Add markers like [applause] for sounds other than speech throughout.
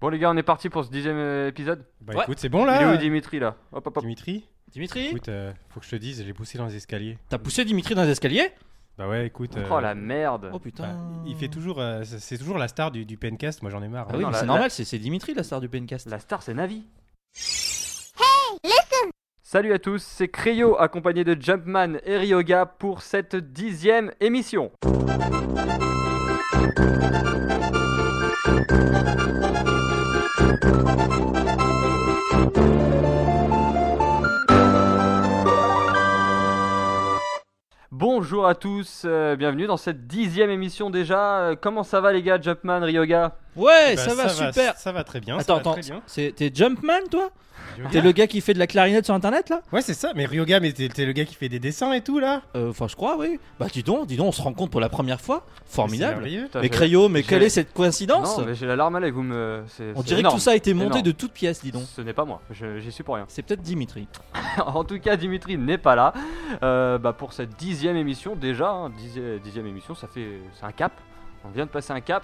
Bon les gars, on est parti pour ce dixième euh, épisode. Bah Ouais. écoute, c'est bon Il est là où Dimitri là Hop hop hop. Dimitri Dimitri, Écoute, euh, faut que je te dise, j'ai poussé dans les escaliers. t'as poussé Dimitri dans les escaliers Bah ouais, écoute. euh, Oh la merde. Oh bah, putain. il fait toujours. euh, c'est c'est toujours la star du, du PNcast, moi j'en ai marre. hein. Ah oui, Non, mais la- c'est la- normal, c'est c'est Dimitri la star du PNcast. La star c'est Navi. Salut à tous, c'est Cryo accompagné de Jumpman et Ryoga pour cette dixième émission. Bonjour à tous, euh, bienvenue dans cette dixième émission déjà. Euh, comment ça va les gars, Jumpman, Ryoga Ouais, Bah, Eh, ça, va, super. Ça va très bien. ça Attends, va attends, très bien. Ah. c'est- t'es Jumpman toi Ryoga. T'es le gars qui fait de la clarinette sur internet là Ouais, c'est ça, mais Ryoga, mais t'es t'es le gars qui fait des dessins et tout là Euh, Enfin, je crois, oui. Bah, dis donc, dis donc, on se rencontre pour la première fois. C'est Formidable. merveilleux. Putain, Mais j'ai- Crayo, mais j'ai- quelle est cette coïncidence Non, mais j'ai la larme à l'œil, vous me. c'est- On c'est dirait énorme. que tout ça a été monté Énorme. de toutes pièces, dis donc. Ce n'est pas moi, je- j'y suis pour rien. [laughs] C'est peut-être Dimitri. en tout cas, Dimitri n'est pas là euh, bah, pour cette dixième émission déjà. hein, dixi- dixième émission, ça fait c'est un cap. On vient de passer un cap.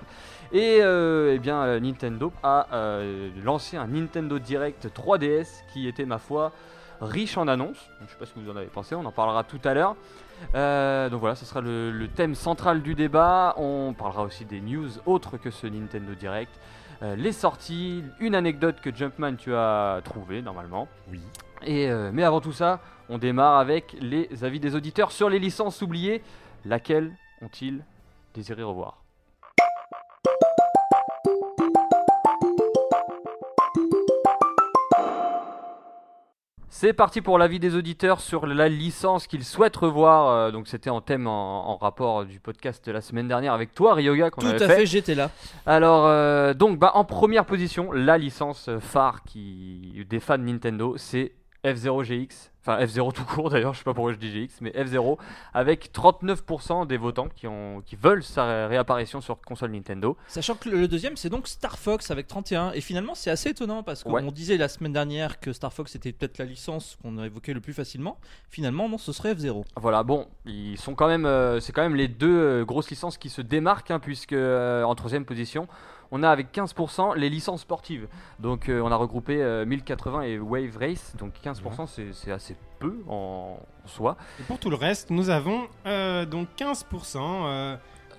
Et euh, eh bien, euh, Nintendo a euh, lancé un Nintendo Direct 3DS qui était, ma foi, riche en annonces. Donc, Je sais pas ce que vous en avez pensé, on en parlera tout à l'heure. Euh, donc voilà, ce sera le, le thème central du débat. On parlera aussi des news autres que ce Nintendo Direct. Euh, les sorties, une anecdote que Jumpman tu as trouvée normalement. Oui. Et euh, mais avant tout ça, on démarre avec les avis des auditeurs sur les licences oubliées. Laquelle ont-ils désiré revoir C'est parti pour l'avis des auditeurs sur la licence qu'ils souhaitent revoir. Euh, donc c'était en thème en, en rapport du podcast de la semaine dernière avec toi, Ryoga, qu'on Tout avait à fait, j'étais là. alors, euh, donc, bah, en première position, la licence euh, phare qui, des fans Nintendo, c'est F0GX. Enfin, F0 tout court [laughs] d'ailleurs, je sais pas pourquoi je dis GX, mais F0, avec 39% des votants qui, ont, qui veulent sa réapparition sur console Nintendo. Sachant que le deuxième, c'est donc Star Fox avec 31. Et finalement, c'est assez étonnant parce qu'on Ouais. disait la semaine dernière que Star Fox était peut-être la licence qu'on évoquait le plus facilement. Finalement, non, ce serait F0. Voilà, bon, ils sont quand même, euh, c'est quand même les deux euh, grosses licences qui se démarquent, hein, puisque euh, en troisième position, on a avec 15% les licences sportives. Donc euh, on a regroupé euh, 1080 et Wave Race, donc 15% c'est- c'est assez peu en, en soi. Et pour tout le reste, nous avons euh, donc 15% euh,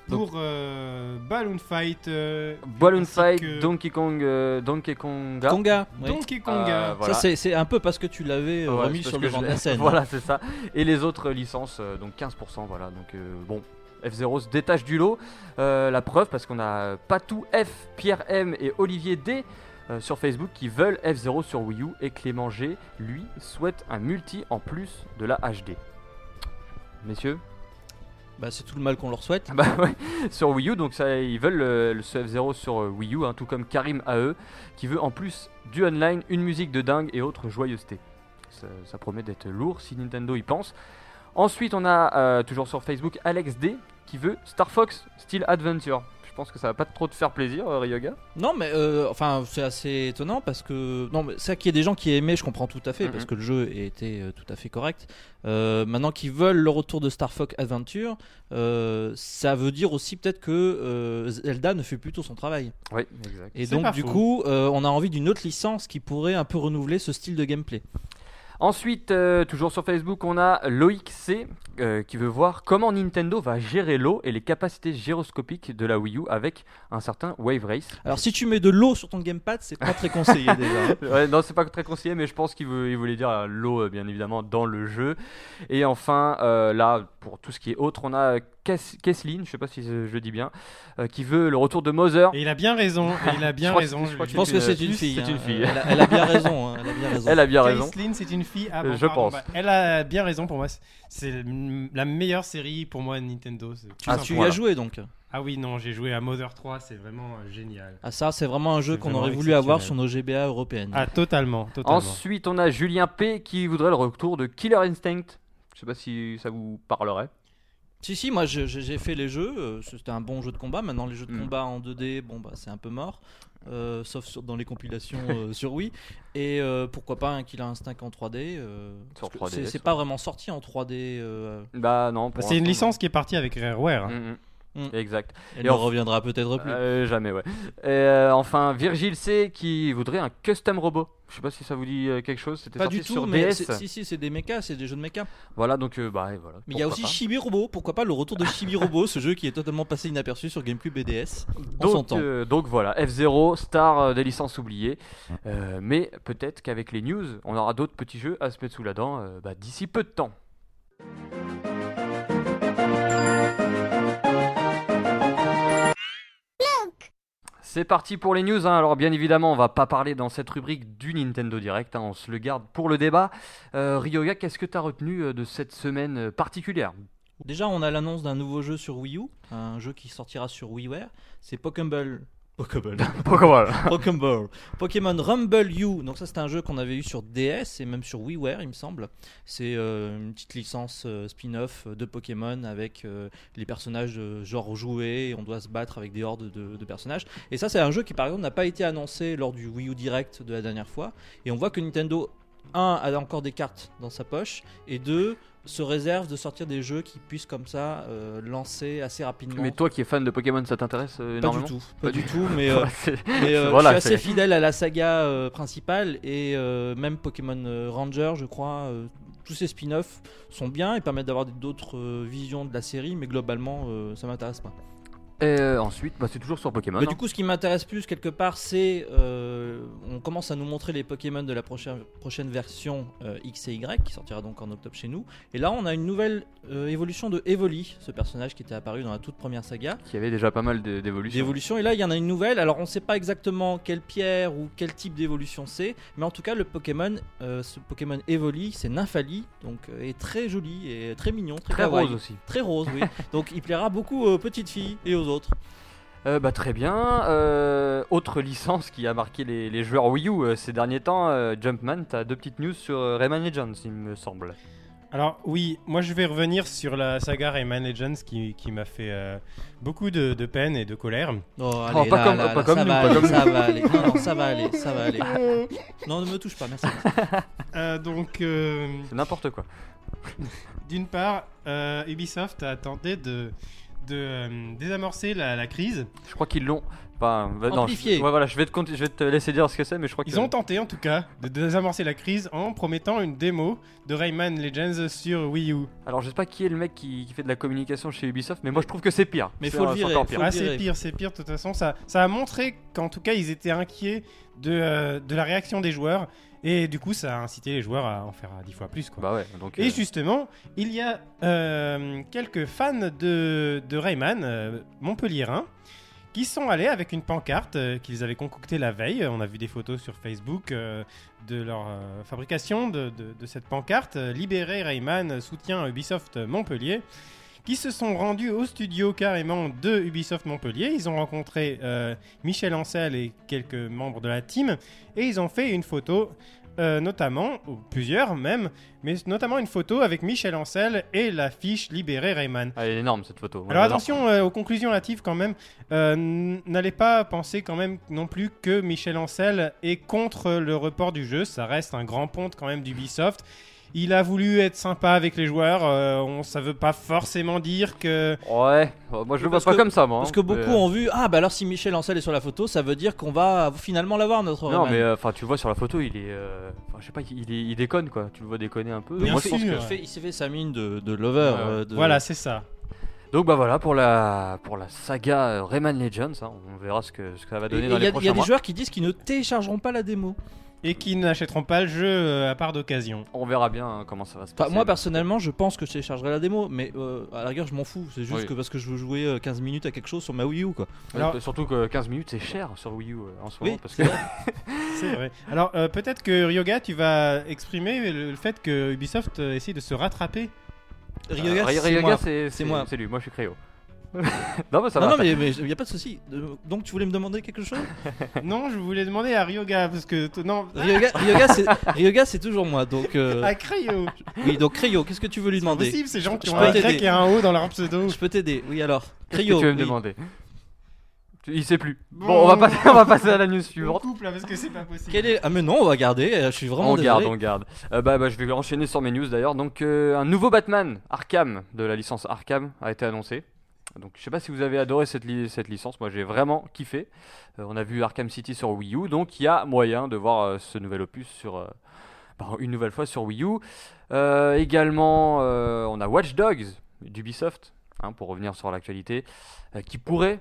pour euh, Balloon Fight. euh, Balloon ainsi Fight, que Donkey Kong, euh, Donkey Konga. Konga. oui. Donkey Konga. Euh, voilà. Ça, c'est- c'est un peu parce que tu l'avais euh, Ouais, remis c'est sur parce le que devant de je- la scène. [laughs] voilà, c'est ça. Et les autres licences, euh, donc 15%, voilà. Donc euh, bon, F0 se détache du lot. Euh, la preuve, parce qu'on a Patou F, Pierre M et Olivier D euh, sur Facebook qui veulent F0 sur Wii U et Clément G, lui, souhaite un multi en plus de la HD. Messieurs Bah, c'est tout le mal qu'on leur souhaite. [laughs] Bah ouais, sur Wii U, donc ça, ils veulent euh, le, ce F0 sur euh, Wii U, hein, tout comme Karim AE, qui veut en plus du online, une musique de dingue et autres joyeusetés. Ça, ça promet d'être lourd si Nintendo y pense. Ensuite, on a euh, toujours sur Facebook Alex D qui veut Star Fox Style Adventure. Je pense que ça va pas trop te faire plaisir, euh, Ryoga. Non, mais euh, enfin, c'est assez étonnant parce que. Non, mais ça, qu'il y ait des gens qui aimaient, je comprends tout à fait Mhm. parce que le jeu était euh, tout à fait correct. Euh, maintenant qu'ils veulent le retour de Star Fox Adventure, euh, ça veut dire aussi peut-être que euh, Zelda ne fait plus tout son travail. Oui, exact. Et C'est donc, pas du faux. coup, euh, on a envie d'une autre licence qui pourrait un peu renouveler ce style de gameplay. Ensuite, euh, toujours sur Facebook, on a Loïc C euh, qui veut voir comment Nintendo va gérer l'eau et les capacités gyroscopiques de la Wii U avec un certain Wave Race. Alors, si tu mets de l'eau sur ton gamepad, c'est pas très conseillé déjà. hein. Ouais, non, c'est pas très conseillé, mais je pense qu'il vou- il voulait dire euh, l'eau, euh, bien évidemment, dans le jeu. Et enfin, euh, là, pour tout ce qui est autre, on a euh, Kes- Kesslin, je sais pas si je je dis bien, euh, qui veut le retour de Mother. Et il a bien raison. et il a bien crois que- raison. je crois Je pense que c'est une fille. C'est hein. une fille. Elle a, elle a bien raison. hein, Elle a bien raison. Elle a bien raison. Caitlyn, c'est une fille. Ah, Euh, bon, je pardon, pense. bah, elle a bien raison pour moi. C'est le- la meilleure série pour moi de Nintendo. c'est tout Ah, simplement. tu y Voilà. as joué donc Ah oui, non, j'ai joué à Mother 3, c'est vraiment euh, Mm. génial. Ah ça, c'est vraiment un jeu C'est qu'on vraiment aurait voulu avoir exceptionnel. sur nos GBA européennes. Ah, totalement, totalement. Ensuite, on a Julien P qui voudrait le retour de Killer Instinct. Je sais pas si ça vous parlerait. Si, si, moi je- je- j'ai fait les jeux, euh, c'était un bon jeu de combat, maintenant les jeux de Mm. combat en 2D, bon bah c'est un peu mort, euh, sauf sur- dans les compilations euh, sur Wii, et euh, pourquoi pas un Killer Instinct en 3D, euh, Sur parce que 3DS, c'est- c'est ouais. pas vraiment sorti en 3D, euh, Bah non. Bah, pour c'est une l'instant, licence qui est partie avec Rareware. non. hein. Mm, mm. Mm. Exact. Elle Et ne en- reviendra peut-être plus. Euh, jamais, ouais. Et, euh, enfin, Virgil C qui voudrait un custom robot. Je sais pas si ça vous dit euh, quelque chose. C'était pas sorti du tout, sur mais DS. c'est- si, si, c'est des mechas, c'est des jeux de mechas. Voilà, donc euh, bah et voilà. Mais il y a pourquoi aussi Chibi Robot, pourquoi pas le retour de Chibi Robot, ce jeu qui est totalement passé inaperçu sur GameCube et DS. pas. on donc, s'entend. euh, donc voilà, F0, Star euh, des licences oubliées. Euh, mais peut-être qu'avec les news, on aura d'autres petits jeux à se mettre sous la dent euh, bah, d'ici peu de temps. C'est parti pour les news. hein. Alors bien évidemment, on va pas parler dans cette rubrique du Nintendo Direct. hein. On se le garde pour le débat. Euh, Ryoga, qu'est-ce que tu as retenu euh, de cette semaine euh, particulière Déjà, on a l'annonce d'un nouveau jeu sur Wii U, un jeu qui sortira sur WiiWare, c'est Pokéball. Pokéball. [laughs] Pokémon, Pokémon Rumble You. Donc ça c'est un jeu qu'on avait eu sur DS et même sur WiiWare il me semble. C'est euh, une petite licence euh, spin-off de Pokémon avec euh, les personnages de genre jouets et on doit se battre avec des hordes de, de personnages. Et ça c'est un jeu qui par exemple n'a pas été annoncé lors du Wii U Direct de la dernière fois. Et on voit que Nintendo 1 a encore des cartes dans sa poche et 2 se réserve de sortir des jeux qui puissent comme ça euh, lancer assez rapidement. Mais toi qui es fan de Pokémon, ça t'intéresse euh, pas du énormément tout, pas Pas du du- tout, [laughs] mais euh, C'est- mais euh, Voilà, je suis assez c'est- fidèle à la saga euh, principale et euh, même Pokémon euh, Ranger, je crois. euh, tous ces spin-offs sont bien et permettent d'avoir d'autres euh, visions de la série, mais globalement, euh, ça m'intéresse pas. Et euh, ensuite, bah, c'est toujours sur Pokémon. Mais hein. du coup, ce qui m'intéresse plus quelque part, c'est euh, on commence à nous montrer les Pokémon de la prochaine, prochaine version euh, X et Y qui sortira donc en octobre chez nous. Et là, on a une nouvelle euh, évolution de Evoli, ce personnage qui était apparu dans la toute première saga. qui avait déjà pas mal de- d'évolutions. d'évolution. Et là, il y en a une nouvelle. Alors, on ne sait pas exactement quelle pierre ou quel type d'évolution c'est, mais en tout cas, le Pokémon, euh, ce Pokémon Evoli, c'est Nymphali, donc euh, est très joli et très mignon, très, Très kawaii. rose aussi. très rose, [laughs] oui. donc, il plaira beaucoup aux petites filles et aux autres. Euh, bah, très bien. Euh, autre licence qui a marqué les, les joueurs Wii U euh, ces derniers temps, euh, Jumpman, t'as deux petites news sur euh, Rayman Legends, il me semble. Alors oui, moi je vais revenir sur la saga Rayman Legends qui, qui m'a fait euh, beaucoup de, de peine et de colère. Oh, Oh, pas comme- pas comme ça nous, va pas aller, comme ça va aller. Non, non, ça va aller, ça va aller. Non, ne me touche pas, merci. Euh, donc euh, C'est n'importe quoi. d'une part, euh, Ubisoft a tenté de, de euh, désamorcer la, la crise. Je crois qu'ils l'ont. Bah, va- non, Amplifié. je- ouais, voilà, je vais, te conti- je vais te laisser dire ce que c'est, mais je crois Ils que. ont tenté en tout cas de désamorcer la crise en promettant une démo de Rayman Legends sur Wii U. Alors, je sais pas qui est le mec qui, qui fait de la communication chez Ubisoft, mais moi je trouve que c'est pire. Mais C'est- faut le c'est virer, encore faut- pire. Ah, le c'est dirait. pire, c'est pire. De toute façon, ça, ça a montré qu'en tout cas, ils étaient inquiets de, euh, de la réaction des joueurs. Et du coup, ça a incité les joueurs à en faire euh, dix fois plus. Quoi. Bah ouais, donc. euh, et justement, il y a euh, quelques fans de, de Rayman euh, montpelliérains qui sont allés avec une pancarte euh, qu'ils avaient concoctée la veille. On a vu des photos sur Facebook euh, de leur euh, fabrication de, de- de cette pancarte. euh, Libérer Rayman, euh, soutien à Ubisoft Montpellier. Qui se sont rendus au studio carrément de Ubisoft Montpellier. Ils ont rencontré euh, Michel Ancel et quelques membres de la team. Et ils ont fait une photo, euh, notamment, ou plusieurs même, mais notamment une photo avec Michel Ancel et l'affiche Libérer Rayman. Ah, elle est énorme cette photo. Moi, Alors j'adore. attention euh, aux conclusions hâtives quand même. Euh, n- N'allez pas penser quand même non plus que Michel Ancel est contre le report du jeu. Ça reste un grand ponte quand même d'Ubisoft. Il a voulu être sympa avec les joueurs. euh, on, ça veut pas forcément dire que. Ouais, euh, moi je le vois Parce pas que- comme ça, moi. Parce hein, que beaucoup mais, euh, ont vu, ah bah alors si Michel Ancel est sur la photo, ça veut dire qu'on va finalement l'avoir notre Non, Rayman. mais euh, enfin, tu vois sur la photo, il est. euh, enfin, je sais pas, il, est- il déconne quoi. Tu le vois déconner un peu. Bien Moi, je pense sûr. Il, fait- il s'est fait sa mine de, de lover. Ouais. euh, de- Voilà, c'est ça. que- Donc, bah voilà pour la, pour la saga euh, Rayman Legends. hein. On verra ce que, ce que ça va Et- et donner Il dans y, les a- il y prochains a des mois. joueurs qui disent qu'ils ne téléchargeront pas la démo. Et qui n'achèteront pas le jeu euh, à part d'occasion. On verra bien hein, comment ça va se Enfin, passer. moi personnellement, je pense que je téléchargerai la démo, mais euh, à la rigueur, je m'en fous. C'est juste Oui. que parce que je veux jouer euh, 15 minutes à quelque chose sur ma Wii U, quoi. Mais Alors- Euh, Surtout que 15 minutes, c'est cher sur Wii U euh, en ce moment. Oui, parce que... c'est vrai. C'est vrai. Alors euh, peut-être que Ryoga, tu vas exprimer le, le fait que Ubisoft euh, essaie de se rattraper. [laughs] Ryoga, Ry- c'est euh, Ryoga, moi. c'est c'est- moi. C'est lui, moi je suis [laughs] Créo. non, mais ça non, va. non, mais il n'y a pas de souci. Euh, Donc, tu voulais me demander quelque chose non, je voulais demander à Ryoga parce que t- non. Ryoga, Ryoga, c'est- Ryoga, c'est toujours moi. Donc, [laughs] euh, À Crayo. oui, donc Cryo, qu'est-ce que tu veux lui C'est demander possible, ces gens qui Je ont peux un t'aider. Y et un O dans leur pseudo. Je peux t'aider. Oui, alors. [laughs] Qu'est-ce que Cryo. tu veux me oui. demander Tu- Il sait plus. Bon, Bon. on, va passer, [laughs] on va passer à la news Je suivante. couple là parce que c'est pas possible. Quel est... Ah, mais non, on va garder. euh, Je suis vraiment on désolé. garde, on garde. Euh, bah, bah, je vais enchaîner sur mes news d'ailleurs. Donc, euh, un nouveau Batman, Arkham, de la licence Arkham, a été annoncé. Donc je sais pas si vous avez adoré cette, li- cette licence, moi j'ai vraiment kiffé. Euh, on a vu Arkham City sur Wii U, donc il y a moyen de voir euh, ce nouvel opus sur euh, [laughs] bah, une nouvelle fois sur Wii U. Euh, également, euh, on a Watch Dogs d'Ubisoft, hein, pour revenir sur l'actualité, euh, qui pourrait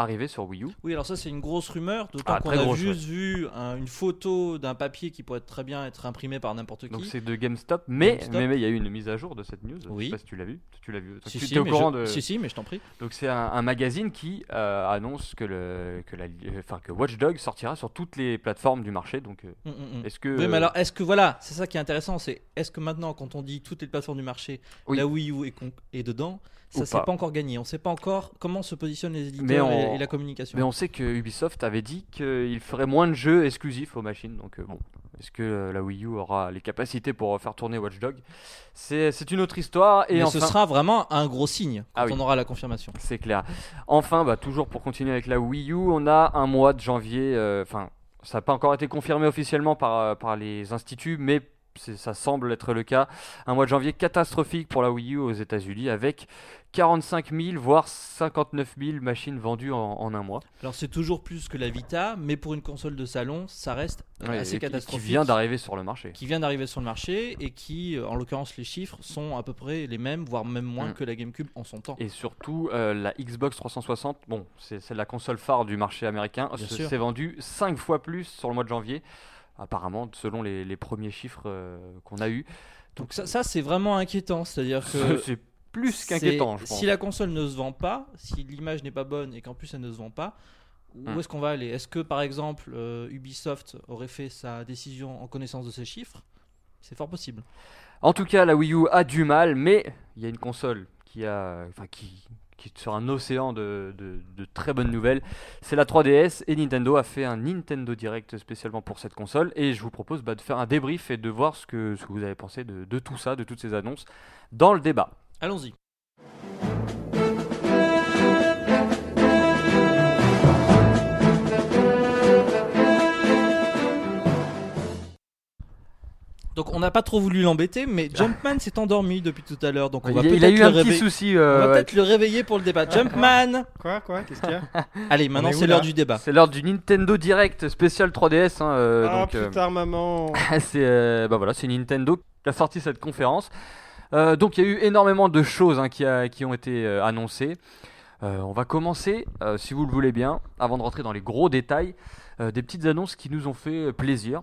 arriver sur Wii U. Oui, alors ça c'est une grosse rumeur, d'autant Ah, qu'on très a grosse, juste vu un- une photo d'un papier qui pourrait très bien être imprimé par n'importe qui. Donc c'est de GameStop, mais mais- mais il GameStop. y a eu une mise à jour de cette news. Je Oui. sais pas si tu l'as vu. Tu l'as vu. Toi, si, tu si, t'es au mais courant je... de. si, si, mais je t'en prie. Donc c'est un, un magazine qui euh, annonce que le que la euh, enfin que Watch Dogs sortira sur toutes les plateformes du marché. Donc euh, Mm, mm, mm. est-ce que Oui, mais euh, alors est-ce que voilà, c'est ça qui est intéressant, c'est est-ce que maintenant, quand on dit toutes les plateformes du marché, Oui. la Wii U est, con- est dedans, ça Ou c'est pas. pas. encore gagné. On sait pas encore comment se positionnent les Mais éditeurs on- et, et la communication. Mais on sait que Ubisoft avait dit qu'il ferait moins de jeux exclusifs aux machines. Donc euh, bon, est-ce que euh, la Wii U aura les capacités pour euh, faire tourner Watch Dogs C'est c'est une autre histoire. Et Mais enfin, ce sera vraiment un gros signe quand Ah oui. on aura la confirmation. C'est clair. Enfin, bah, toujours pour continuer avec la Wii U, on a un mois de janvier. euh, Enfin, ça n'a pas encore été confirmé officiellement par, euh, par les instituts, mais c'est- ça semble être le cas. Un mois de janvier catastrophique pour la Wii U aux États-Unis, avec 45 000 voire 59 000 machines vendues en, en un mois. Alors c'est toujours plus que la Vita, mais pour une console de salon, ça reste euh, Ouais, et assez qui- catastrophique. Qui vient d'arriver sur le marché. qui vient d'arriver sur le marché et qui, euh, en l'occurrence, les chiffres sont à peu près les mêmes, voire même moins Mm. que la GameCube en son temps. Et surtout, euh, la Xbox 360, bon, c'est c'est la console phare du marché américain, Bien se- sûr. s'est vendue 5 fois plus sur le mois de janvier, apparemment, selon les, les premiers chiffres euh, qu'on a eus. Donc ça, ça, c'est vraiment inquiétant, c'est-à-dire que [laughs] C'est plus c'est- qu'inquiétant, je pense. Si la console ne se vend pas, si l'image n'est pas bonne et qu'en plus elle ne se vend pas, où Mm. est-ce qu'on va aller Est-ce que par exemple euh, Ubisoft aurait fait sa décision en connaissance de ces chiffres C'est fort possible. En tout cas, la Wii U a du mal, mais il y a une console qui a, enfin, qui, qui est sur un océan de, de- de très bonnes nouvelles. C'est la 3DS et Nintendo a fait un Nintendo Direct spécialement pour cette console. Et je vous propose bah, de faire un débrief et de voir ce que, ce que vous avez pensé de, de tout ça, de toutes ces annonces, dans le débat. Allons-y. Donc on n'a pas trop voulu l'embêter, mais Jumpman s'est endormi depuis tout à l'heure, donc on va Ah. il, il peut-être a eu le, un petit réveiller- souci. on euh, va ouais. peut-être le réveiller pour [laughs] le débat. Jumpman Quoi, quoi Qu'est-ce qu'il y a Allez, maintenant est où, c'est l'heure là du débat. C'est l'heure du Nintendo Direct spécial 3DS. hein, euh, Ah donc, euh, putain, maman Ah, [laughs] c'est euh, bah voilà, c'est Nintendo qui a sorti cette conférence. Euh, donc il y a eu énormément de choses hein, qui, a- qui ont été euh, annoncées. Euh, on va commencer, euh, si vous le voulez bien, avant de rentrer dans les gros détails, euh, des petites annonces qui nous ont fait euh, plaisir.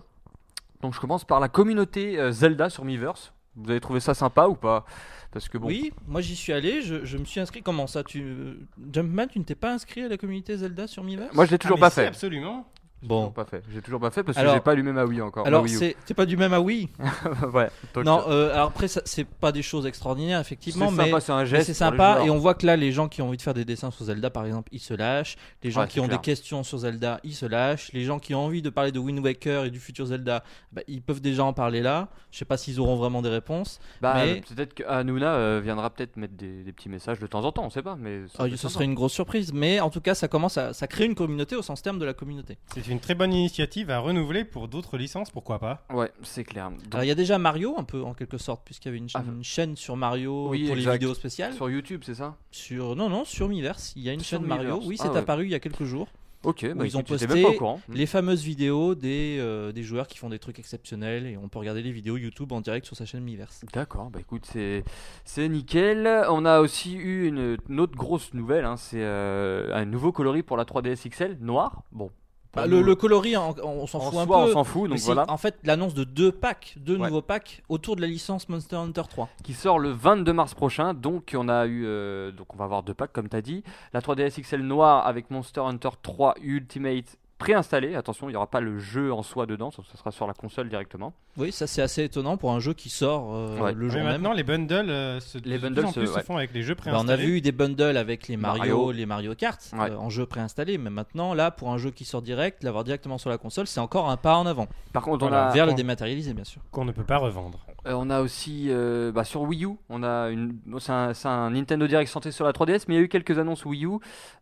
Donc je commence par la communauté euh, Zelda sur Miiverse. Vous avez trouvé ça sympa ou pas Parce que bon, Oui, moi j'y suis allé, je, je me suis inscrit. Comment ça tu... euh, Jumpman, tu ne t'es pas inscrit à la communauté Zelda sur Miiverse moi je l'ai toujours Ah, mais pas si, fait. Absolument. J'ai Bon. toujours pas Bah fait. J'ai toujours pas fait parce Alors- que j'ai pas allumé ma Wii encore. ma Alors, Wii U. c'est- t'es pas du même à oui [laughs] Ouais, donc, Non, euh, euh, alors après, ça- c'est pas des choses extraordinaires, effectivement, c'est mais sympa, c'est un mais geste. c'est pour les sympa. joueurs. Et on voit que là, les gens qui ont envie de faire des dessins sur Zelda, par exemple, ils se lâchent. Les gens Ouais, qui c'est ont clair. des questions sur Zelda, ils se lâchent. Les gens qui ont envie de parler de Wind Waker et du futur Zelda, bah, ils peuvent déjà en parler là. Je sais pas s'ils auront vraiment des réponses. Bah, Mais- peut-être que Hanouna euh, viendra peut-être mettre des, des petits messages de temps en temps, on sait pas, mais ça Ah, peut être ce sympa. serait une grosse surprise. Mais en tout cas, ça commence à ça crée une communauté au sens terme de la communauté. C'est une très bonne initiative à renouveler pour d'autres licences, pourquoi pas Ouais, c'est clair. Donc, Alors, il y a déjà Mario, un peu en quelque sorte, puisqu'il y avait une, cha- Ah, une chaîne sur Mario oui, pour exact. les vidéos spéciales. sur YouTube, c'est ça Sur... Non, non, sur Miiverse. Il y a une Sur chaîne Mario. Miiverse. Oui, Ah, c'est ouais. apparu il y a quelques jours. Ok, bah, ils ont écoute, j'étais posté même pas au courant. Les fameuses vidéos des, euh, des joueurs qui font des trucs exceptionnels et on peut regarder les vidéos YouTube en direct sur sa chaîne Miiverse. D'accord, bah écoute, c'est c'est nickel. On a aussi eu une, une autre grosse nouvelle, hein, c'est euh, un nouveau coloris pour la 3DS XL, noir. Bon, pour Bah, le, nous, le coloris, en- on, on s'en en fout un soi, peu. on s'en fout, mais donc c'est voilà, En fait, l'annonce de deux packs, deux Ouais. nouveaux packs autour de la licence Monster Hunter 3. qui sort le 22 mars prochain. Donc on a eu, euh, donc on va avoir deux packs comme t'as dit. La 3DS XL noire avec Monster Hunter 3 Ultimate préinstallé. Attention, il n'y aura pas le jeu en soi dedans, ça ça sera sur la console directement. Oui, ça c'est assez étonnant pour un jeu qui sort euh, Ouais. le Mais jour même. maintenant, les bundles, euh, se, Les de bundles plus en se- plus ouais. se font avec les jeux Bah, on a préinstallés. vu des bundles avec les Mario, Mario. les Mario Kart Ouais. euh, en jeu préinstallé, mais maintenant là pour un jeu qui sort direct, l'avoir directement sur la console, c'est encore un pas en avant Par contre, on Voilà, a, vers le on- dématérialisé bien sûr. qu'on ne peut pas revendre. Euh, on a aussi euh, bah, sur Wii U, on a une, bon, c'est un, c'est un Nintendo Direct santé sur la 3DS, mais il y a eu quelques annonces Wii U.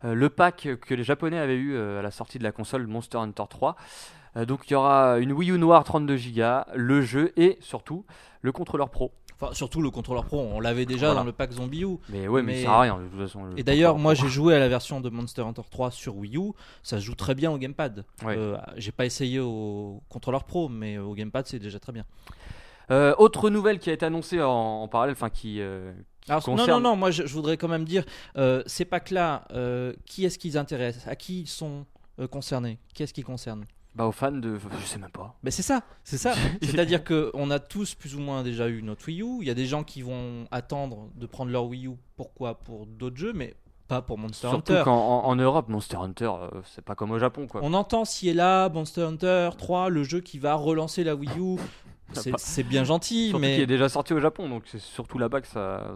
Euh, le pack que les Japonais avaient eu euh, à la sortie de la console Monster Hunter 3. Euh, donc il y aura une Wii U noire 32 Go, le jeu et surtout le contrôleur pro. Enfin, surtout le contrôleur pro, on l'avait déjà Voilà. dans le pack Zombie U. Mais ouais, mais, Mais- ça sert à rien de toute façon. le Et d'ailleurs, contrôle. moi j'ai joué à la version de Monster Hunter 3 sur Wii U, ça se joue très bien au gamepad. Ouais. Euh, j'ai pas essayé au contrôleur pro, mais au gamepad c'est déjà très bien. Euh, autre nouvelle qui a été annoncée en, en parallèle, enfin qui. euh, Alors, concerne- Non, non, non, moi je, je voudrais quand même dire, euh, ces packs-là, euh, qui est-ce qu'ils intéressent À qui ils sont euh, concernés Qui est-ce qu'ils concernent bah, aux fans de. Je sais même pas. ben c'est ça, [laughs] c'est ça. C'est-à-dire que on a tous plus ou moins déjà eu notre Wii U. Il y a des gens qui vont attendre de prendre leur Wii U. Pourquoi Pour d'autres jeux, mais pas pour Monster Surtout Hunter. qu'en en, en Europe, Monster Hunter, euh, c'est pas comme au Japon quoi. On entend si est là Monster Hunter 3, le jeu qui va relancer la Wii [laughs] U. C'est Pas- c'est bien gentil, Surtout qu'il mais est déjà sorti au Japon, donc c'est surtout là-bas que ça. ça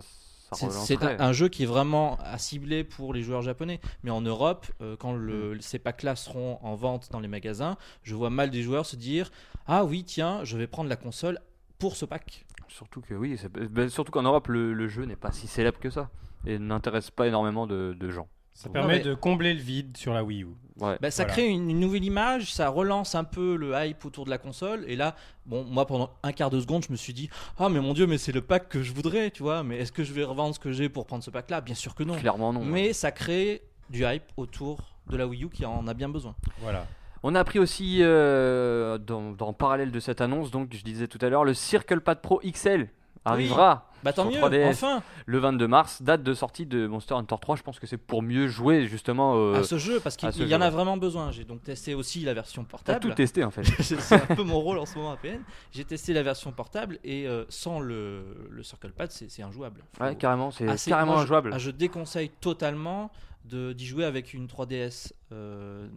c'est- c'est relancerait. un, un jeu qui est vraiment à cibler pour les joueurs japonais. Mais en Europe, euh, quand le, Hmm. ces packs-là seront en vente dans les magasins, je vois mal des joueurs se dire Ah oui, tiens, je vais prendre la console pour ce pack. Surtout que oui, c'est- ben, surtout qu'en Europe, le, le jeu n'est pas si célèbre que ça et n'intéresse pas énormément de, de gens. Ça Non, permet mais- de combler le vide sur la Wii U. Ouais. Bah, ça Voilà. crée une, une nouvelle image, ça relance un peu le hype autour de la console. Et là, bon, moi pendant un quart de seconde, je me suis dit Ah, mais mon dieu, mais c'est le pack que je voudrais, tu vois. Mais est-ce que je vais revendre ce que j'ai pour prendre ce pack-là Bien sûr que non. Clairement non. Mais ça crée du hype autour de la Wii U qui en a bien besoin. Voilà. On a appris aussi, euh, dans, dans parallèle de cette annonce, donc je disais tout à l'heure, le Circle Pad Pro XL arrivera Bah Sur tant mieux, 3DS. enfin, le 22 mars, date de sortie de Monster Hunter 3. Je pense que c'est pour mieux jouer justement. euh, à ce jeu, parce qu'il à ce il y en a jeu. vraiment besoin. J'ai donc testé aussi la version T'as [laughs] portable. tout testé en fait. c'est c'est un peu mon rôle en ce moment à PN. J'ai testé la version portable et euh, sans le, le Circle Pad, c'est c'est injouable. Faut- Ouais, carrément, c'est Ah, c'est- carrément moi, je- injouable. ah, Je, déconseille totalement de- d'y jouer avec une 3DS, euh, euh,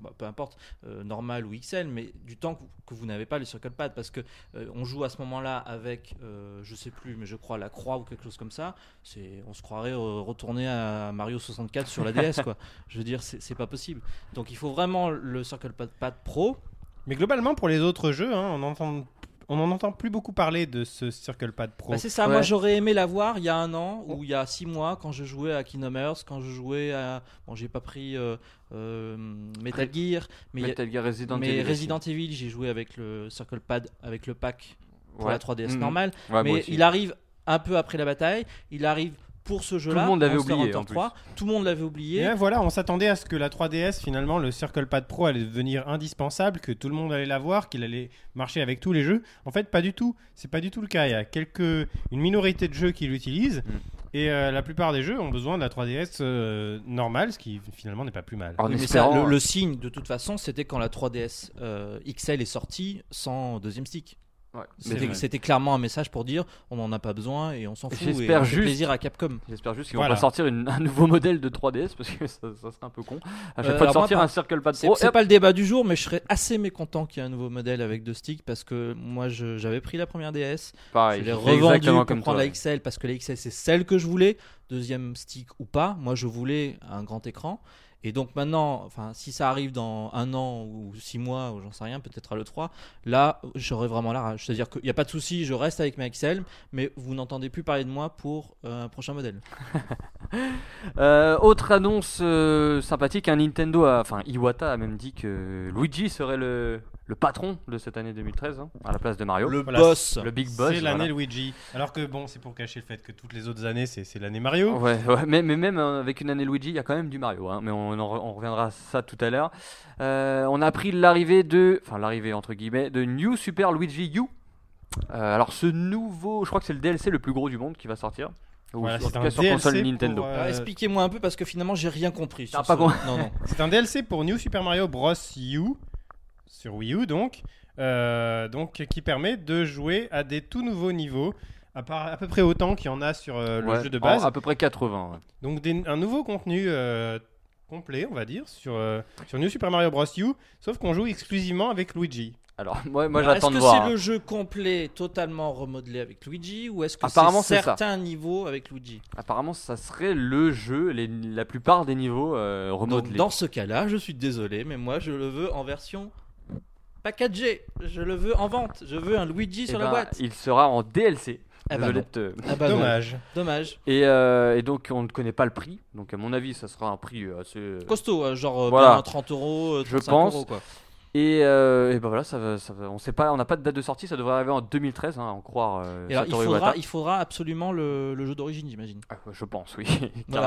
bah, peu importe, euh, normale ou XL, mais du temps que, que vous n'avez pas le Circle Pad, parce que euh, on joue à ce moment-là avec, euh, je sais plus, mais je crois la croix ou quelque chose comme ça. C'est, on se croirait euh, retourner à Mario 64 sur la DS, [laughs] quoi. Je veux dire, c'est c'est pas possible. Donc il faut vraiment le Circle Pad, Pad Pro. Mais globalement, pour les autres jeux, hein, on entend. On n'en entend plus beaucoup parler de ce Circle Pad Pro. Bah, c'est ça, Ouais. moi j'aurais aimé l'avoir il y a un an ou il y a six mois quand je jouais à Kingdom Hearts, quand je jouais à. Bon, j'ai pas pris euh, euh, Metal Gear, mais, il y a- Metal Gear Resident mais Evil. aussi. Resident Evil, j'ai joué avec le Circle Pad, avec le pack pour Ouais. la 3DS Mhm. normale. Ouais, moi mais aussi. il arrive un peu après la bataille, il arrive pour ce jeu-là. monde l'avait Monster oublié, Hunter en plus. 3, Tout le monde l'avait Et oublié. là, voilà, on s'attendait à ce que la 3DS, finalement, le Circle Pad Pro allait devenir indispensable, que tout le monde allait l'avoir, qu'il allait marcher avec tous les jeux. En fait, pas du tout. C'est pas du tout le cas. Il y a quelques, une minorité de jeux qui l'utilisent. Mm. Et euh, la plupart des jeux ont besoin de la 3DS euh, normale, ce qui finalement n'est pas plus mal. En Oui, mais ça, espérant- hein. le, le signe, de toute façon, c'était quand la 3DS euh, XL est sortie sans deuxième stick. euh, Ouais. C'est Mais C'était vrai. c'était clairement un message pour dire on n'en a pas besoin et on s'en fout. et J'espère on fait juste- plaisir à Capcom. J'espère juste qu'ils vont Voilà. pas sortir une- un nouveau modèle de 3DS parce que ça, ça serait un peu con. À chaque Euh, fois de alors moi, sortir par- un Circle Pad C'est Pro, c'est hop, pas le débat du jour, mais je serais assez mécontent qu'il y ait un nouveau modèle avec deux sticks parce que moi je- j'avais pris la première DS, pareil, je l'ai je fais revendue exactement pour comme prendre toi. la XL parce que la XL c'est celle que je voulais, deuxième stick ou pas. Moi je voulais un grand écran. Et donc maintenant, enfin, si ça arrive dans un an ou six mois ou j'en sais rien, peut-être à l'E3, là j'aurais vraiment la rage. C'est-à-dire qu'il n'y a pas de souci, je reste avec ma XL, mais vous n'entendez plus parler de moi pour euh, un prochain modèle. Euh, autre annonce euh, sympathique, un Nintendo, a- enfin Iwata a même dit que Luigi serait le, le patron de cette année 2013 hein, à la place de Mario. Le Voilà. boss. Le big boss. C'est l'année voilà. Luigi. Alors que bon, c'est pour cacher le fait que toutes les autres années, c'est c'est l'année Mario. Ouais, [laughs] ouais, mais, mais même euh, avec une année Luigi, il y a quand même du Mario. hein, mais on, en re- on reviendra à ça tout à l'heure. Euh, on a appris l'arrivée de, enfin l'arrivée entre guillemets, de New Super Luigi U. Euh, alors ce nouveau, je crois que c'est le DLC le plus gros du monde qui va sortir. Ou Voilà, en c'est tout un cas sur DLC console pour, Nintendo. euh, Alors, Ah, Expliquez-moi un peu parce que finalement j'ai rien compris. sur T'as pas ce- compris. Non, non. C'est un DLC pour New Super Mario Bros. U sur Wii U donc, euh, donc qui permet de jouer à des tout nouveaux niveaux. À, part- à peu près autant qu'il y en a sur euh, le Ouais, jeu de en- base. à peu près 80. ouais. Donc des- un nouveau contenu euh, complet, on va dire, sur, euh, sur New Super Mario Bros. U, sauf qu'on joue exclusivement avec Luigi. Alors moi, [laughs] moi Alors, j'attends de Est-ce que voir. c'est hein. le jeu complet totalement remodelé avec Luigi ou est-ce que Apparemment, c'est c'est ça. certains niveaux avec Luigi Apparemment, ça serait le jeu, les- la plupart des niveaux euh, Donc, remodelés. Dans ce cas-là, je suis désolé, mais moi je le veux en version packagée. Je le veux en vente. Je veux un Luigi Eh sur ben, la boîte. Il sera en DLC. Ah bah Désolé non. de te- Ah bah non. Dommage. Dommage. Et, euh, et donc, on ne connaît pas le prix. Donc, à mon avis, ça sera un prix euh, assez. Costaud, euh, genre euh, Voilà. bien 30 euros, euh, Je 35 pense. euros, quoi. Et, euh, et ben voilà, ça, va- ça va- on sait pas, on n'a pas de date de sortie, ça devrait arriver en 2013, hein, à en croire euh, Et alors, il, Satoru faudra, Iwata. il faudra absolument le, le jeu d'origine, j'imagine. Ah, Je pense, oui. Voilà.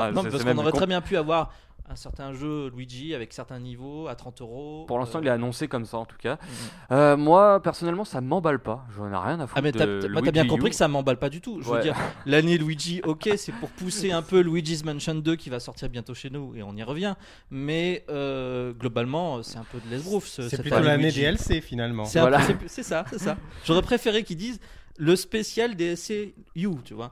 [laughs] Car Non, c'est- parce c'est qu'on même aurait con- très bien pu avoir un certain jeu Luigi avec certains niveaux à 30 euros. Pour l'instant, Euh, il est annoncé comme ça en tout cas. Mhm. Euh, moi, personnellement, ça m'emballe pas. J'en ai rien à foutre. Ah mais t'as de moi, t'as bien Luigi compris U. que ça m'emballe pas du tout. Je Ouais. veux dire, l'année Luigi, ok, c'est pour pousser un peu Luigi's Mansion 2 qui va sortir bientôt chez nous et on y revient. Mais euh, globalement, c'est un peu de l'esbrouf. ce- C'est cette plutôt année l'année Luigi. DLC finalement. C'est un peu- Voilà. c'est- c'est ça, c'est ça. J'aurais préféré qu'ils disent le spécial DSC You, tu vois.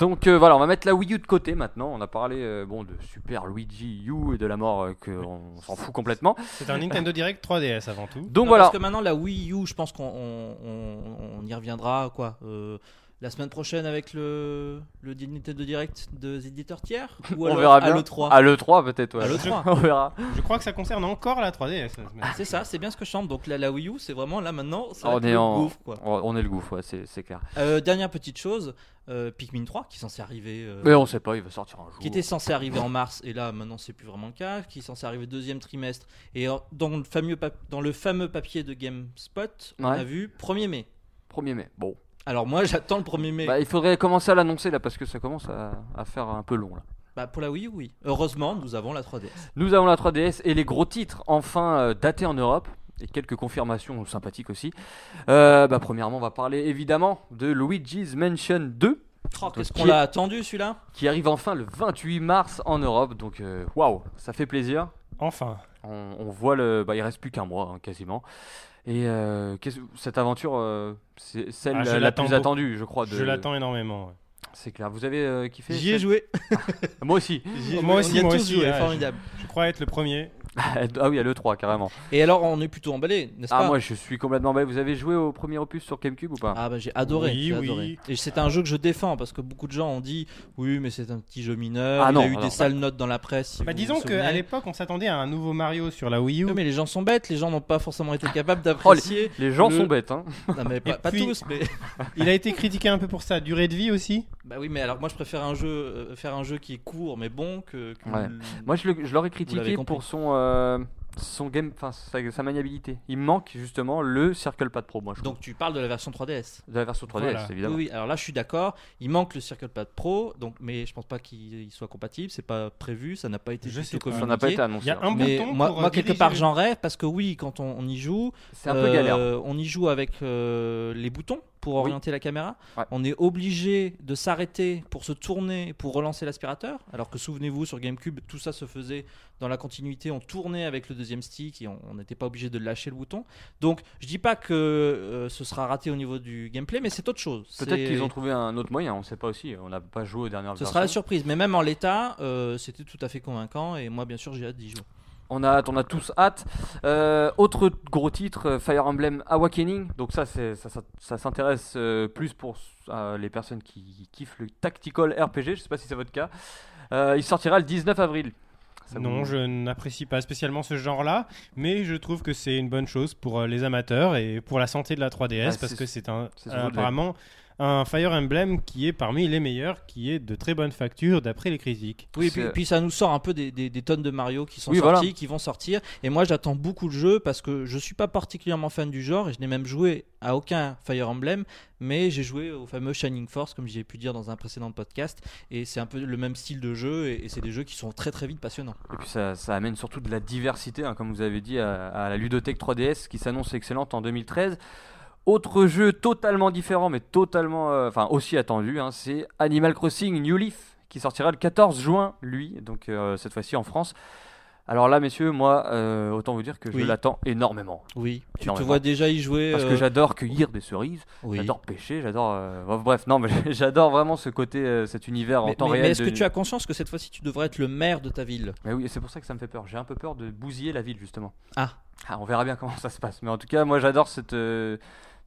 Donc euh, voilà, on va mettre la Wii U de côté maintenant. On a parlé euh, bon de Super Luigi U et de la mort euh, que on s'en fout complètement. C'est un Nintendo Direct 3DS avant tout. Donc Non, voilà. Parce que maintenant, la Wii U, je pense qu'on on- on- on y reviendra, quoi. euh, la semaine prochaine avec le, le Nintendo Direct des éditeurs [laughs] tiers Ou on alors verra à bien. l'E3 À l'E3 peut-être. ouais. À l'E3. [laughs] on verra. Je crois que ça concerne encore la 3DS. la semaine. C'est ça, c'est bien ce que je chante. Donc la, la Wii U, c'est vraiment là maintenant, ça Ah, On va être est le en- gouffre, quoi. On on est le gouffre, ouais, c'est c'est clair. Euh, dernière petite chose, euh, Pikmin 3 qui est censé arriver. euh, Mais on sait pas, il va sortir un jour. Qui était censé arriver en mars et là maintenant c'est plus vraiment le cas, qui est censé arriver deuxième trimestre et en- dans le fameux, pap- dans le fameux papier de GameSpot, on Ouais. a vu 1er mai. 1er mai. Bon. Alors moi [laughs] j'attends le 1er mai. Bah, il faudrait commencer à l'annoncer là parce que ça commence à, à faire un peu long là. Bah, pour la Wii, U, oui. Heureusement nous avons la 3DS. Nous avons la 3DS et les gros titres enfin euh, datés en Europe et quelques confirmations sympathiques aussi. Euh, bah, premièrement, on va parler évidemment de Luigi's Mansion 2 Oh, Qu'est-ce qui qu'on est- l'a attendu celui-là qui arrive enfin le 28 mars en Europe. Donc euh, waouh, ça fait plaisir. Enfin, On, on voit le, bah, il reste plus qu'un mois hein, quasiment. Et euh, qu'est-ce- cette aventure, euh, c'est celle Ah, je la, la l'attends plus beaucoup. attendue, je crois. De... je l'attends énormément. ouais. C'est clair. Vous avez euh, kiffé J'y ai cette- joué. Moi aussi. [laughs] J'y ai Moi joué. aussi, Oh, on y a moi tous aussi, joué, ouais, formidable. Je crois être le premier. ah oui, à l'E3 carrément. Et alors on est plutôt emballé, n'est-ce Ah pas moi je suis complètement emballé. Vous avez joué au premier opus sur GameCube ou pas Ah bah j'ai adoré, Oui, j'ai oui. adoré. Et c'est un jeu que je défends parce que beaucoup de gens ont dit oui mais c'est un petit jeu mineur, Ah il non, a eu non. des sales notes dans la presse. si Bah, vous disons vous souvenez. qu'à l'époque, on s'attendait à un nouveau Mario sur la Wii U. Oui, mais les gens sont bêtes, les gens n'ont pas forcément été [laughs] capables d'apprécier. Oh, Les gens le- sont bêtes hein. non mais pas, pas puis- tous, mais [laughs] Il a été critiqué un peu pour sa durée de vie aussi. bah oui mais alors moi je préfère un jeu, euh, faire un jeu qui est court mais bon que. que- Ouais. Moi je, le- je l'aurais critiqué l'avez compris. pour son euh, son game enfin sa, sa maniabilité. Il manque justement le circle pad pro moi je Donc tu parles de la version 3DS. trouve. de la version 3DS Voilà. évidemment. Oui, oui, alors là je suis d'accord, il manque le CirclePad Pro, donc mais je pense pas qu'il il soit compatible, c'est pas prévu, ça n'a pas été Je du sais tout pas. Ça n'a pas communiqué. été Il annoncé. hein. y a un Mais bouton moi, pour moi euh, quelque diriger part le- j'en rêve parce que oui quand on, on y joue, C'est un peu galère. Euh, on y joue avec euh, les boutons pour Oui. orienter la caméra. Ouais. On est obligé de s'arrêter pour se tourner, pour relancer l'aspirateur. Alors que souvenez-vous, sur GameCube, tout ça se faisait dans la continuité. On tournait avec le deuxième stick et on on n'était pas obligé de lâcher le bouton. Donc, je dis pas que euh, ce sera raté au niveau du gameplay, mais c'est autre chose. C'est- Peut-être qu'ils ont trouvé un autre moyen, on sait pas aussi, on n'a pas joué aux dernières Ce versions. sera la surprise. Mais même en l'état, euh, c'était tout à fait convaincant. Et moi, bien sûr, j'ai hâte d'y jouer. On a hâte, on a tous hâte. Euh, autre gros titre, euh, Fire Emblem Awakening. Donc ça, c'est- ça, ça, ça s'intéresse euh, plus pour euh, les personnes qui kiffent le tactical RPG. Je sais pas si c'est votre cas. Euh, il sortira le 19 avril. Ça Non, vous- je n'apprécie pas spécialement ce genre-là, mais je trouve que c'est une bonne chose pour euh, les amateurs et pour la santé de la 3DS Ah, parce c'est- que c'est un c'est surtout euh, de la- apparemment un Fire Emblem qui est parmi les meilleurs, qui est de très bonne facture d'après les critiques. Oui, et C'est- puis, puis ça nous sort un peu des, des- des tonnes de Mario qui sont Oui, sortis, voilà. qui vont sortir. Et moi, j'attends beaucoup le jeu parce que je suis pas particulièrement fan du genre et je n'ai même joué à aucun Fire Emblem, mais j'ai joué au fameux Shining Force, comme j'ai pu dire dans un précédent podcast. Et c'est un peu le même style de jeu et, et c'est des jeux qui sont très très vite passionnants. Et puis ça, ça amène surtout de la diversité, hein, comme vous avez dit, à, à la ludothèque 3DS qui s'annonce excellente en 2013. Autre jeu totalement différent, mais totalement, euh, enfin aussi attendu, hein, c'est Animal Crossing New Leaf qui sortira le 14 juin, lui, donc euh, cette fois-ci en France. Alors là, messieurs, moi, euh, autant vous dire que je Oui. l'attends énormément. Oui, tu te Énormément. vois déjà y jouer. Parce euh, que j'adore cueillir des cerises, oui. j'adore pêcher, j'adore. euh, bon, bref, non, mais [laughs] j'adore vraiment ce côté, euh, cet univers en Mais, temps mais- réel. mais est-ce de- que tu as conscience que cette fois-ci tu devrais être le maire de ta ville Mais oui, c'est pour ça que ça me fait peur. J'ai un peu peur de bousiller la ville, justement. Ah. Ah, on verra bien comment ça se passe. Mais en tout cas, moi, j'adore cette, euh,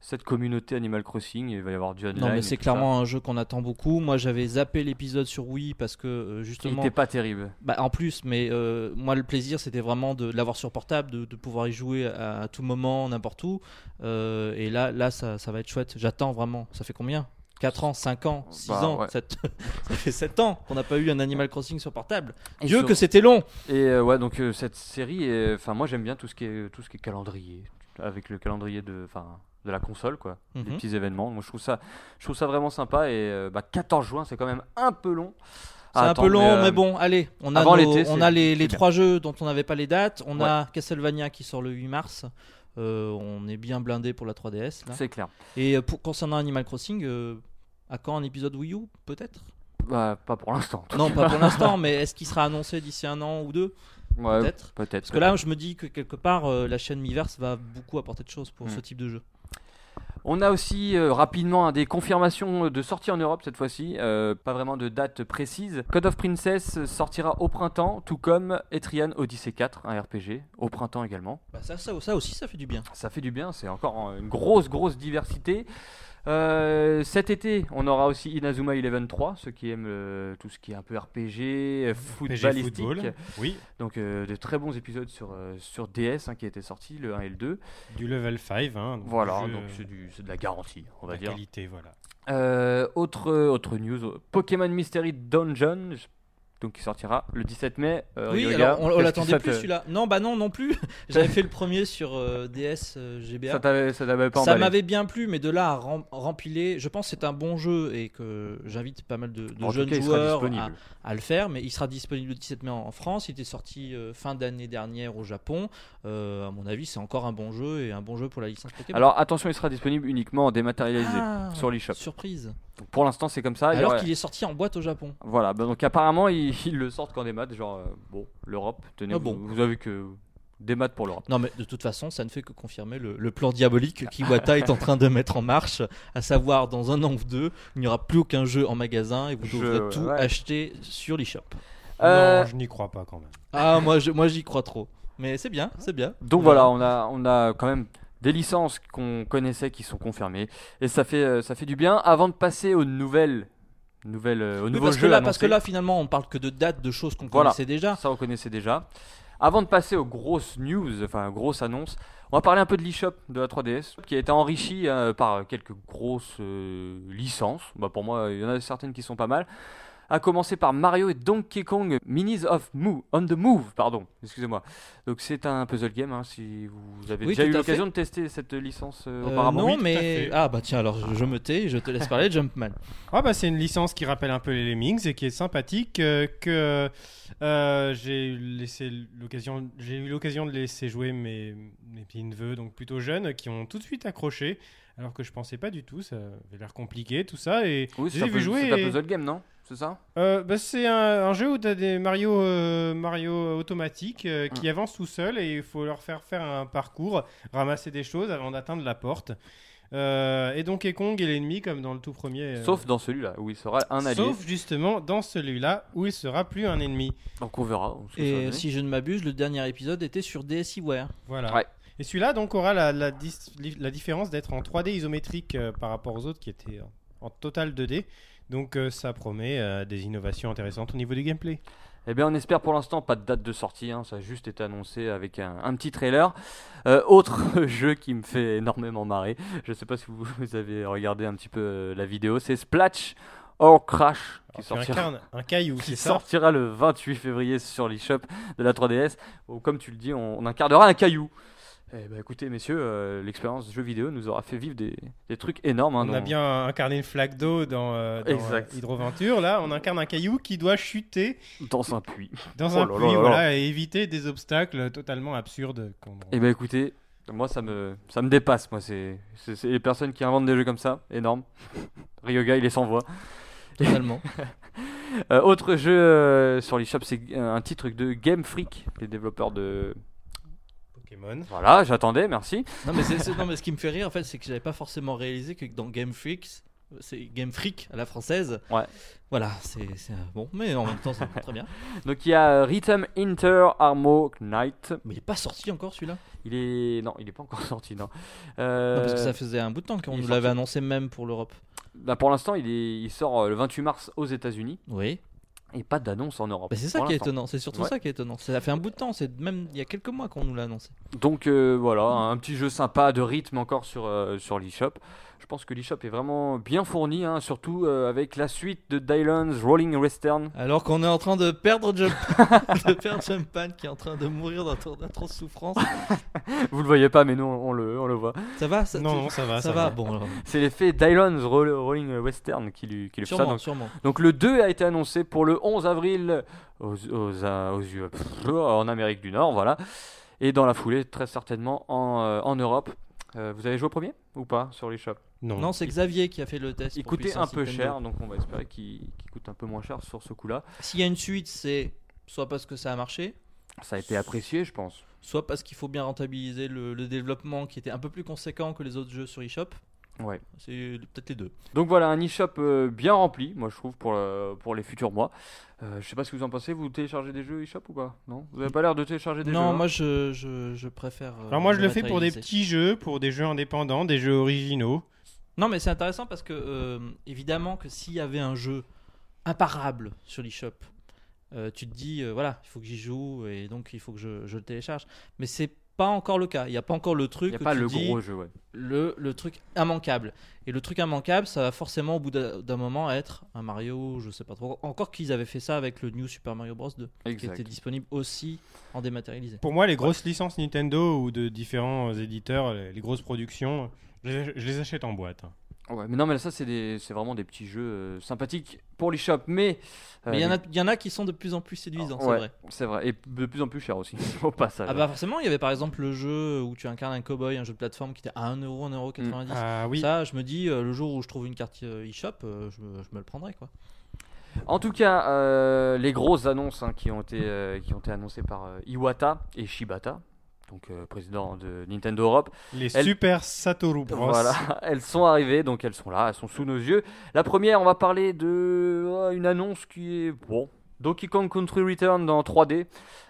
cette communauté Animal Crossing. Il va y avoir du online. Non, mais et c'est tout ça. clairement un jeu qu'on attend beaucoup. Moi, j'avais zappé l'épisode sur Wii parce que euh, Il justement. était pas terrible. Bah, en plus, mais euh, moi le plaisir c'était vraiment de, de l'avoir sur portable, de, de pouvoir y jouer à, à tout moment, n'importe où. Euh, et là, là ça, ça va être chouette. J'attends vraiment. Ça fait combien 4 ans, 5 ans, 6 Bah, ans, ouais. 7... [laughs] ça fait 7 ans qu'on n'a pas eu un Animal Crossing sur portable. Et Dieu sur- que c'était long Et euh, ouais, donc euh, cette série, est- enfin moi j'aime bien tout ce qui est tout ce qui est calendrier, avec le calendrier de, enfin de la console quoi, les Mhm. petits événements. Moi je trouve ça, je trouve ça vraiment sympa et euh, bah, 14 juin c'est quand même un peu long. Ah, C'est un peu long, mais, euh, bon, allez, on a, avant nos- l'été, on c'est- a les, les c'est bien. trois jeux dont on n'avait pas les dates. On a Castlevania qui sort le 8 mars. Euh, on est bien blindé pour la 3DS. là. C'est clair. Et euh, pour, concernant Animal Crossing, euh, à quand un épisode Wii U Peut-être Bah, pas pour l'instant. en tout Non, [laughs] pas pour l'instant, mais est-ce qu'il sera annoncé d'ici un an ou deux cas. Ouais, Peut-être. Peut-être. Parce que là, je me dis que quelque part, euh, la chaîne Miiverse va beaucoup apporter de choses pour Mm. ce type de jeu. On a aussi euh, rapidement hein, des confirmations de sortie en Europe cette fois-ci, euh, pas vraiment de date précise. Code of Princess sortira au printemps, tout comme Etrian Odyssey 4, un RPG, au printemps également. Bah, ça, ça, ça aussi, ça fait du bien. Ça fait du bien, c'est encore euh, une grosse, grosse diversité. Euh, cet été, on aura aussi Inazuma Eleven 3, ceux qui aiment euh, tout ce qui est un peu RPG, euh, PG footballistique. Football. Oui, Donc euh, de très bons épisodes sur, euh, sur DS hein, qui étaient sortis, le 1 et le 2. du level 5. Hein, donc Voilà, du jeu, donc euh, c'est du- c'est de la garantie, on va la dire. qualité, voilà. Euh, autre, autre news, euh, Pokémon Mystery Dungeon, je- donc qui sortira le 17 mai. Euh, oui, Ryoga, alors on- on, qu'est-ce que l'attendait ça plus te- celui-là. Non, bah non, non plus. [laughs] J'avais fait le premier sur euh, DS euh, GBA. Ça t'avait ça t'avait pas Ça emballé. m'avait bien plu, mais de là à rem- rempiler, je pense que c'est un bon jeu et que j'invite pas mal de, de En tout jeunes cas, il sera joueurs ah, à, disponible. à le faire. Mais il sera disponible le 17 mai en, en France. Il était sorti euh, fin d'année dernière au Japon. Euh, à mon avis, c'est encore un bon jeu et un bon jeu pour la licence Pokémon. Alors attention, il sera disponible uniquement en dématérialisé Ah, sur l'eShop. surprise. Donc, Pour l'instant, c'est comme ça. il y Alors aura- qu'il est sorti en boîte au Japon. Voilà, bah, donc apparemment, [laughs] ils, ils le sortent qu'en démat. Genre, euh, bon, l'Europe, tenez, Ah vous- bon. vous avez que des maths pour l'Europe. Non, mais de toute façon, ça ne fait que confirmer le, le plan diabolique qu'Iwata est en train de mettre en marche, à savoir dans un an ou deux, il n'y aura plus aucun jeu en magasin et vous Je- devrez tout ouais. acheter sur l'eShop. Euh, Non, je n'y crois pas quand même. Ah, moi, je- moi j'y crois trop. Mais c'est bien, c'est bien. Donc voilà, on a, on a quand même des licences qu'on connaissait qui sont confirmées. Et ça fait, euh, ça fait du bien. Avant de passer aux nouvelles, nouvelles euh, aux Oui, nouveaux parce, que jeux là, parce que annoncés, là, finalement, on parle que de dates, de choses qu'on Voilà. connaissait déjà. Ah. ça on connaissait déjà. Avant de passer aux grosses news, enfin grosses annonces, on va parler un peu de l'eShop de la 3DS, qui a été enrichi euh, par euh, quelques grosses euh, licences. Bah, pour moi, il y en a certaines qui sont pas mal. À commencer par Mario et Donkey Kong Minis of Move, on the Move, pardon, excusez-moi. Donc c'est un puzzle game, hein, si vous avez Oui, déjà tout eu à l'occasion de tester cette licence euh, Euh, auparavant. non, oui, tout à mais. fait. Ah, bah tiens, alors je, je me tais, je te laisse [laughs] parler de Jumpman. Ah bah c'est une licence qui rappelle un peu les Lemmings et qui est sympathique euh, que euh, j'ai laissé l'occasion j'ai eu l'occasion de laisser jouer mes mes petits neveux donc plutôt jeunes qui ont tout de suite accroché alors que je pensais pas du tout ça avait l'air compliqué tout ça et Oui, c'est j'ai un, vu puzzle- jouer c'est un et- puzzle game, non C'est ça euh, bah, c'est un, un jeu où tu as des Mario, euh, Mario automatiques euh, Mm. qui avancent tout seuls et il faut leur faire faire un parcours, ramasser des choses avant d'atteindre la porte. Euh, et Donkey Kong est l'ennemi comme dans le tout premier. euh, Sauf dans celui-là, où il sera un allié. Sauf justement dans celui-là où il sera plus un ennemi. Donc on verra. ce que ça va Et donner. si je ne m'abuse, le dernier épisode était [laughs] sur DSiWare. Voilà. Ouais. Et celui-là donc aura la, la dis- li- la différence d'être en 3D isométrique euh, par rapport aux autres qui étaient en, en total 2D. Donc euh, ça promet euh, des innovations intéressantes au niveau du gameplay. Eh bien, on espère pour l'instant pas de date de sortie. hein, ça a juste été annoncé avec un, un petit trailer. Euh, autre [laughs] jeu qui me fait énormément marrer. Je sais pas si vous, vous avez regardé un petit peu euh, la vidéo. C'est Splash or Crash qui Alors, tu sortira. incarnes un caillou, qui c'est ça sortira le 28 février sur l'eShop de la 3DS. où, comme tu le dis, on, on incarnera un caillou. Eh ben, écoutez, messieurs, euh, l'expérience jeu vidéo nous aura fait vivre des, des trucs énormes. hein, On a dont- bien incarné une flaque d'eau dans, euh, dans, euh, Exact. Hydroventure. Là, on incarne un caillou qui doit chuter dans un puits. dans Oh là un là puits là voilà, et éviter des obstacles totalement absurdes. qu'on- Eh ben écoutez, moi ça me ça me dépasse moi c'est c'est c'est les personnes qui inventent des jeux comme ça, énorme. Ryoga il est sans voix. Totalement. Euh, autre jeu euh, sur l'eShop c'est euh, un titre de Game Freak, les développeurs de Pokémon. voilà j'attendais merci. non, mais c'est- c'est- non, mais ce qui me fait rire, en fait, c'est que j'avais pas forcément réalisé que dans Game Freak, c'est Game Freak à la française. Ouais. Voilà, c'est c'est, euh, bon, mais en même temps, ça très bien. Donc il y a euh, Rhythm Inter Armo Knight. Mais il est pas sorti encore celui-là. Il est non il est pas encore [laughs] sorti non. Non, parce que Euh, ça faisait un bout de temps qu'on il est nous l'avait sorti. annoncé même pour l'Europe. bah, pour l'instant il est il sort euh, le 28 mars aux États-Unis. Oui. et pas d'annonce en Europe. Bah, c'est ça pour qui est l'instant. étonnant, c'est surtout Ouais. ça qui est étonnant. Ça fait un bout de temps, c'est même il y a quelques mois qu'on nous l'a annoncé. Donc euh, voilà, un petit jeu sympa de rythme encore sur, euh, sur l'eShop. Je pense que l'eShop est vraiment bien fourni, hein, surtout euh, avec la suite de Dylan's Rolling Western. [laughs] Alors qu'on est en train de perdre Jump, de perdre Jumpman qui est en train de mourir d'atro- d'atroces souffrances. Vous le voyez pas, mais nous on le, on le voit. Ça va ça, Non, non, ça va. ça, va. Bon, alors, C'est l'effet Dylan's Ro- Rolling Western qui lui, qui lui fait ça. sûrement, Donc, sûrement. donc le 2 a été annoncé pour le 11 avril aux, aux- à- aux yeux- pff, en Amérique du Nord, voilà. Et dans la foulée, très certainement en, euh, en Europe. Euh, vous avez joué au premier ou pas sur l'eShop Non. Non, c'est Xavier qui a fait le test. Il pour coûtait un Puissance peu Nintendo. cher, donc on va espérer qu'il qu'il coûte un peu moins cher sur ce coup-là. S'il y a une suite, c'est soit parce que ça a marché, Ça a été apprécié, je pense. soit parce qu'il faut bien rentabiliser le, le développement qui était un peu plus conséquent que les autres jeux sur eShop. Ouais. C'est peut-être les deux. Donc voilà, un e-shop euh, bien rempli, moi je trouve, pour, le- pour les futurs mois. Euh, je sais pas ce que vous en pensez, vous téléchargez des jeux e-shop ou pas Non Vous avez pas l'air de télécharger des jeux Non, hein moi je, je, je préfère. euh, Alors moi je le fais pour des matérialiser. petits jeux, pour des jeux indépendants, des jeux originaux. Non, mais c'est intéressant parce que, euh, évidemment, que s'il y avait un jeu imparable sur l'eShop, euh, tu te dis, euh, voilà, il faut que j'y joue et donc il faut que je, je le télécharge. Mais c'est pas encore le cas. Il n'y a pas encore le truc. Y a où pas tu le dis, gros jeu, ouais. le, le truc immanquable. Et le truc immanquable, ça va forcément au bout d'un d'un moment être un Mario, je sais pas trop. Encore qu'ils avaient fait ça avec le New Super Mario Bros 2, qui Exact. était disponible aussi en dématérialisé. Pour moi les grosses licences Nintendo ou de différents euh, éditeurs, les les grosses productions, je les, je les achète en boîte. hein. Ouais, mais non, mais ça, c'est des- c'est vraiment des petits jeux euh, sympathiques pour l'e-shop, mais. euh, Mais il y, en a- il y en a qui sont de plus en plus séduisants, c'est Ouais. vrai. C'est vrai, et de plus en plus cher aussi, [laughs] au passage. Ah bah forcément, il y avait par exemple le jeu où tu incarnes un cowboy, un jeu de plateforme qui était à 1€, 1,90€. Mm. Ah oui. Ça, je me dis, euh, le jour où je trouve une carte euh, eShop, euh, je, me, je me le prendrai quoi. Ah En tout cas, euh, les grosses annonces hein, qui, ont été, euh, qui ont été annoncées par euh, Iwata et Shibata, donc euh, président de Nintendo Europe. Les Elle- Super Satoru Bros. Voilà, [laughs] elles sont arrivées, donc elles sont là, elles sont sous nos yeux. La première, on va parler de euh, une annonce qui est bon. Donkey Kong Country Return dans 3D,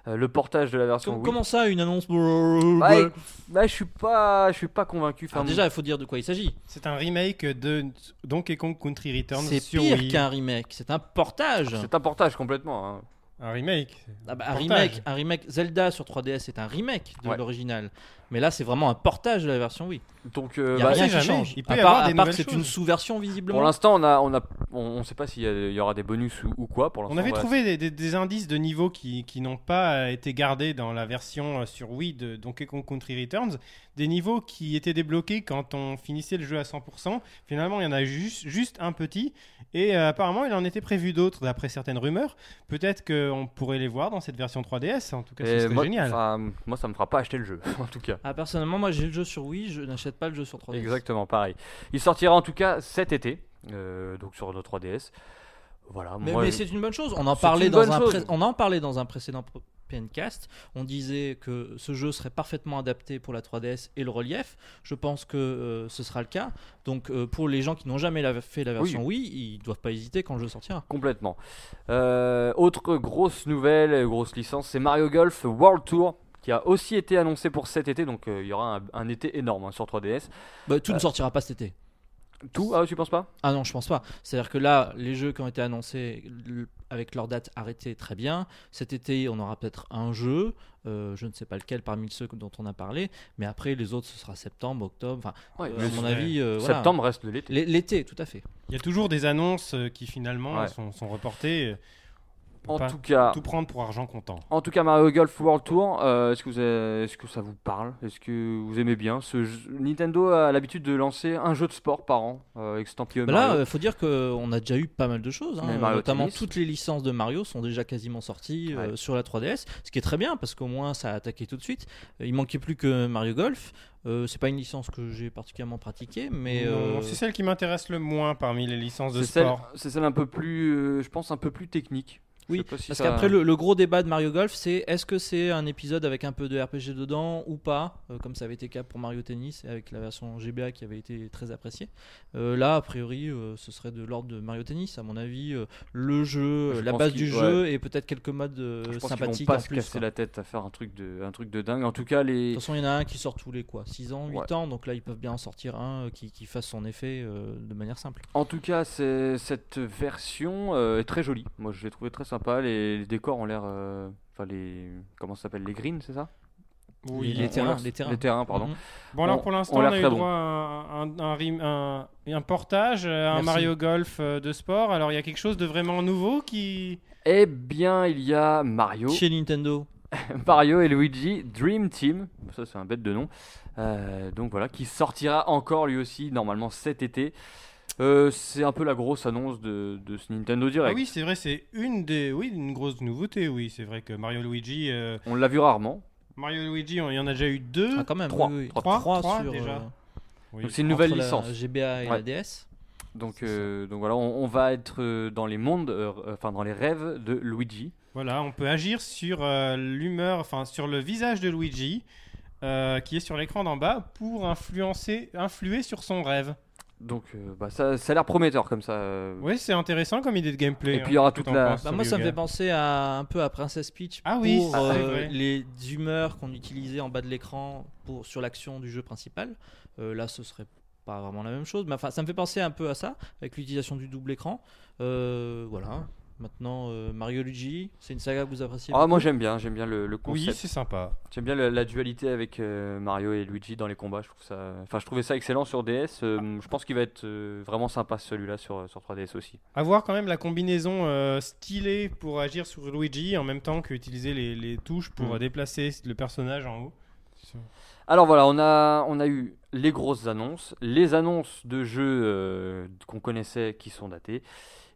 euh, le portage de la version. Com- Wii. Comment ça, une annonce Bah, éc- bah, je suis pas, je suis pas convaincu. Enfin, Alors Ah, Déjà, il faut dire de quoi il s'agit. C'est un remake de Donkey Kong Country Returns C'est sur pire Wii. qu'un remake, c'est un portage. c'est un portage complètement. hein. Un remake. Ah bah, un Portage. remake, un remake Zelda sur 3DS est un remake de Ouais. l'original, mais là c'est vraiment un portage de la version Wii. Donc, euh, Il y a bah, on rien sait qui jamais, change. il peut à y part, avoir à des part que nouvelles c'est une choses. sous-version pour visiblement. l'instant, on a, on a, on, on sait pas s'il y, a- il y aura des bonus ou, ou quoi. Pour On l'instant, avait voilà. trouvé des, des- des indices de niveau qui, qui n'ont pas euh, été gardés dans la version euh, sur Wii de Donkey Kong Country Returns, des niveaux qui étaient débloqués quand on finissait le jeu à 100%. Finalement, il y en a juste, juste un petit, et euh, apparemment, il en était prévu d'autres d'après certaines rumeurs. Peut-être qu'on pourrait les voir dans cette version 3DS, en tout cas, Et ce serait moi, génial. enfin, moi, ça me fera pas acheter le jeu, [laughs] en tout cas. Ah, personnellement, moi j'ai le jeu sur Wii, je n'achète pas le jeu sur 3DS. Exactement, pareil. Il sortira en tout cas cet été, euh, donc sur notre 3DS. Voilà. Mais, moi, mais je- c'est une bonne chose. On en, C'est parlait une dans bonne un chose. pré- on en parlait dans un précédent pro- PNcast. On disait que ce jeu serait parfaitement adapté pour la 3DS et le relief. Je pense que euh, ce sera le cas. Donc euh, pour les gens qui n'ont jamais la- fait la version Wii, ils doivent pas hésiter quand le jeu sortira. Complètement. Euh, autre grosse nouvelle, euh, grosse licence, c'est Mario Golf World Tour qui a aussi été annoncé pour cet été, donc euh, il y aura un, un été énorme hein, sur 3DS. Bah, tout ne sortira pas cet été. Tout, ah tu penses pas Ah non, je pense pas. C'est-à-dire que là, les jeux qui ont été annoncés l- avec leur date arrêtée, très bien. Cet été, on aura peut-être un jeu, euh, je ne sais pas lequel parmi ceux dont on a parlé, mais après, les autres, ce sera septembre, octobre. Enfin, euh, mais à mon c'est- avis, euh, voilà. Septembre reste de l'été. L- L'été, tout à fait. Il y a toujours des annonces euh, qui finalement Ouais. sont, sont reportées. On En peut pas tout cas, tout prendre pour argent comptant. en tout cas Mario Golf World Tour, euh, est-ce que, vous avez- est-ce que ça vous parle Est-ce que vous aimez bien ce jeu- Nintendo a l'habitude de lancer un jeu de sport par an, euh, extemporé Bah là, Mario. il faut dire qu'on a déjà eu pas mal de choses. hein. Mais Mario Notamment, Tennis. toutes les licences de Mario sont déjà quasiment sorties euh, Ouais. sur la 3DS, ce qui est très bien parce qu'au moins ça a attaqué tout de suite. Euh, Il manquait plus que Mario Golf. Euh, c'est pas une licence que j'ai particulièrement pratiquée, mais. Non, euh, C'est celle qui m'intéresse le moins parmi les licences de c'est celle, sport. c'est celle un peu plus, euh, je pense un peu plus technique. Je Oui, sais pas si parce ça- qu'après le, le gros débat de Mario Golf, c'est est-ce que c'est un épisode avec un peu de RPG dedans ou pas, euh, comme ça avait été le cas pour Mario Tennis et avec la version GBA qui avait été très appréciée. Euh, là, a priori, euh, ce serait de l'ordre de Mario Tennis, à mon avis, euh, le jeu, Je la pense base qu'ils- du jeu et peut-être quelques modes euh, Je pense qu'ils vont sympathiques pas en se plus. casser quoi. la tête à faire un truc de, un truc de dingue. En tout cas, De les. toute façon, il y en a un qui sort tous les quoi, 6 ans, 8 Ouais. ans, donc là ils peuvent bien en sortir un euh, qui, qui fasse son effet euh, de manière simple. En tout cas, c'est- cette version euh, est très jolie. Moi, je l'ai trouvé très sympa. Les, les décors ont l'air. euh, Enfin, les. Comment ça s'appelle Les greens, c'est ça Oui, les Ont- ont terrains, l'air- les terrains. Les terrains, pardon. Mhm. Bon, alors On- pour l'instant, on on, l'a a eu très droit bon. à un, un- un rim- un- un portage, euh, un Merci. Mario Golf euh, de sport. Alors, il y a quelque chose de vraiment nouveau qui. Eh bien, il y a Mario. Chez Nintendo, [laughs] Mario et Luigi Dream Team, ça c'est un bête de nom, Euh, donc voilà, qui sortira encore lui aussi normalement cet été. Euh, c'est un peu la grosse annonce de, de ce Nintendo Ah Direct. oui, c'est vrai, c'est une des. Oui, une grosse nouveauté, oui. C'est vrai que Mario Luigi. euh, On l'a vu rarement. Mario Luigi, on- il y en a déjà eu deux. Ah, quand même, Trois. oui, oui. Trois. Trois Trois, sur, déjà. euh, Oui. Donc c'est une nouvelle entre licence. La GBA et Ouais. la DS. Donc, C'est ça. euh, donc voilà, on, on va être euh, dans les mondes, euh, euh, enfin dans les rêves de Luigi. Voilà, on peut agir sur euh, l'humeur, enfin sur le visage de Luigi, euh, qui est sur l'écran d'en bas, pour influencer, influer sur son rêve. Donc euh, bah, ça, ça a l'air prometteur comme ça. euh. Oui, c'est intéressant comme idée de gameplay. Et hein. puis il y aura Qu'est-ce toute que t'en la- penses, Bah, moi, ça me Olivia fait penser à, un peu à Princess Peach Ah oui, pour c'est euh, vrai. les humeurs qu'on utilisait en bas de l'écran pour sur l'action du jeu principal. Euh, là, ce serait pas vraiment la même chose, mais enfin, ça me fait penser un peu à ça avec l'utilisation du double écran. Euh, voilà. Maintenant, euh, Mario Luigi, c'est une saga que vous appréciez. Ah moi j'aime bien, j'aime bien le, le Oui, concept. c'est sympa. j'aime bien la, la dualité avec euh, Mario et Luigi dans les combats. Je trouve ça, enfin je trouvais ça excellent sur DS. euh, je pense qu'il va être euh, vraiment sympa celui-là sur sur 3DS aussi. Avoir quand même la combinaison euh, stylée pour agir sur Luigi en même temps qu'utiliser les, les touches pour Mm. euh, déplacer le personnage en haut. Alors voilà, on a, on a eu les grosses annonces, les annonces de jeux euh, qu'on connaissait qui sont datées,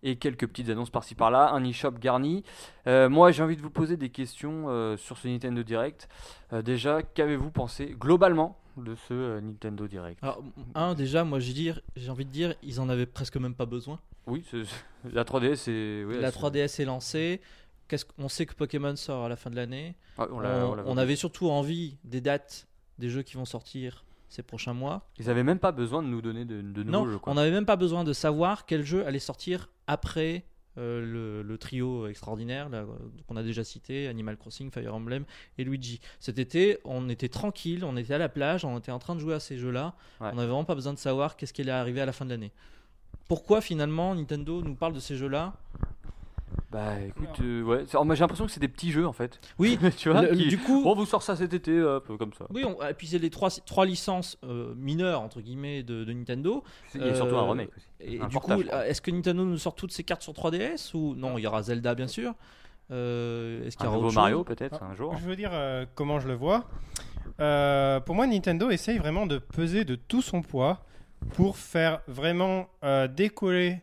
et quelques petites annonces par-ci par-là, un e-shop garni. Euh, moi j'ai envie de vous poser des questions euh, sur ce Nintendo Direct. Euh, déjà, qu'avez-vous pensé globalement de ce euh, Nintendo Direct Alors, un, déjà, moi, j'ai dire- j'ai envie de dire, ils en avaient presque même pas besoin. Oui, c'est- c'est- [laughs] la 3DS c'est... oui, la elle- 3DS est lancée. Qu'est-ce qu'on sait que Pokémon sort à la fin de l'année. Ah, on On, l'a- on l'a- Euh, on avait surtout envie des dates des jeux qui vont sortir ces prochains mois. Ils avaient même pas besoin de nous donner de, de nouveaux non, jeux. quoi. on n'avait même pas besoin de savoir quel jeu allait sortir après euh, le, le trio extraordinaire là, euh, qu'on a déjà cité, Animal Crossing, Fire Emblem et Luigi. Cet été, on était tranquille, on était à la plage, on était en train de jouer à ces jeux-là. Ouais. On n'avait vraiment pas besoin de savoir qu'est-ce qui allait arriver à la fin de l'année. Pourquoi finalement Nintendo nous parle de ces jeux-là Bah écoute, euh, ouais, c'est- oh, moi, j'ai l'impression que c'est des petits jeux en fait. Oui, [laughs] tu vois le- qui- Oh. du coup, Bon, on vous sort ça cet été, hop, comme ça. Oui, on, et puis c'est les trois, trois licences euh, mineures entre guillemets de, de Nintendo. Il y a surtout un Euh, remake aussi. Et Un du portage, coup, euh, quoi. est-ce que Nintendo nous sort toutes ses cartes sur 3DS ou non Il y aura Zelda bien sûr. Euh, est-ce qu'il Un y aura nouveau autre Mario chose peut-être un jour. Je veux dire euh, comment je le vois. Euh, pour moi, Nintendo essaye vraiment de peser de tout son poids pour faire vraiment euh, décoller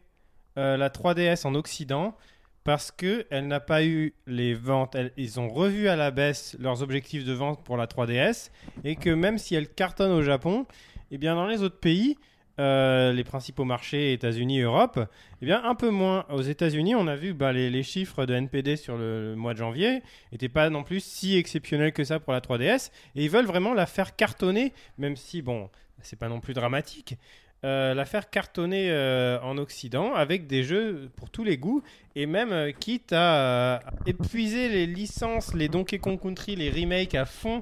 euh, la 3DS en Occident parce que elle n'a pas eu les ventes. Elles- ils ont revu à la baisse leurs objectifs de vente pour la 3DS et que même si elle cartonne au Japon, eh bien dans les autres pays, euh, les principaux marchés États-Unis, Europe, eh bien un peu moins. Aux États-Unis, on a vu bah, les, les chiffres de NPD sur le- le mois de janvier n'était pas non plus si exceptionnel que ça pour la 3DS. Et ils veulent vraiment la faire cartonner, même si, bon, c'est pas non plus dramatique. euh, la faire cartonner euh, en Occident avec des jeux pour tous les goûts et même euh, quitte à euh, épuiser les licences, les Donkey Kong Country, les remakes à fond.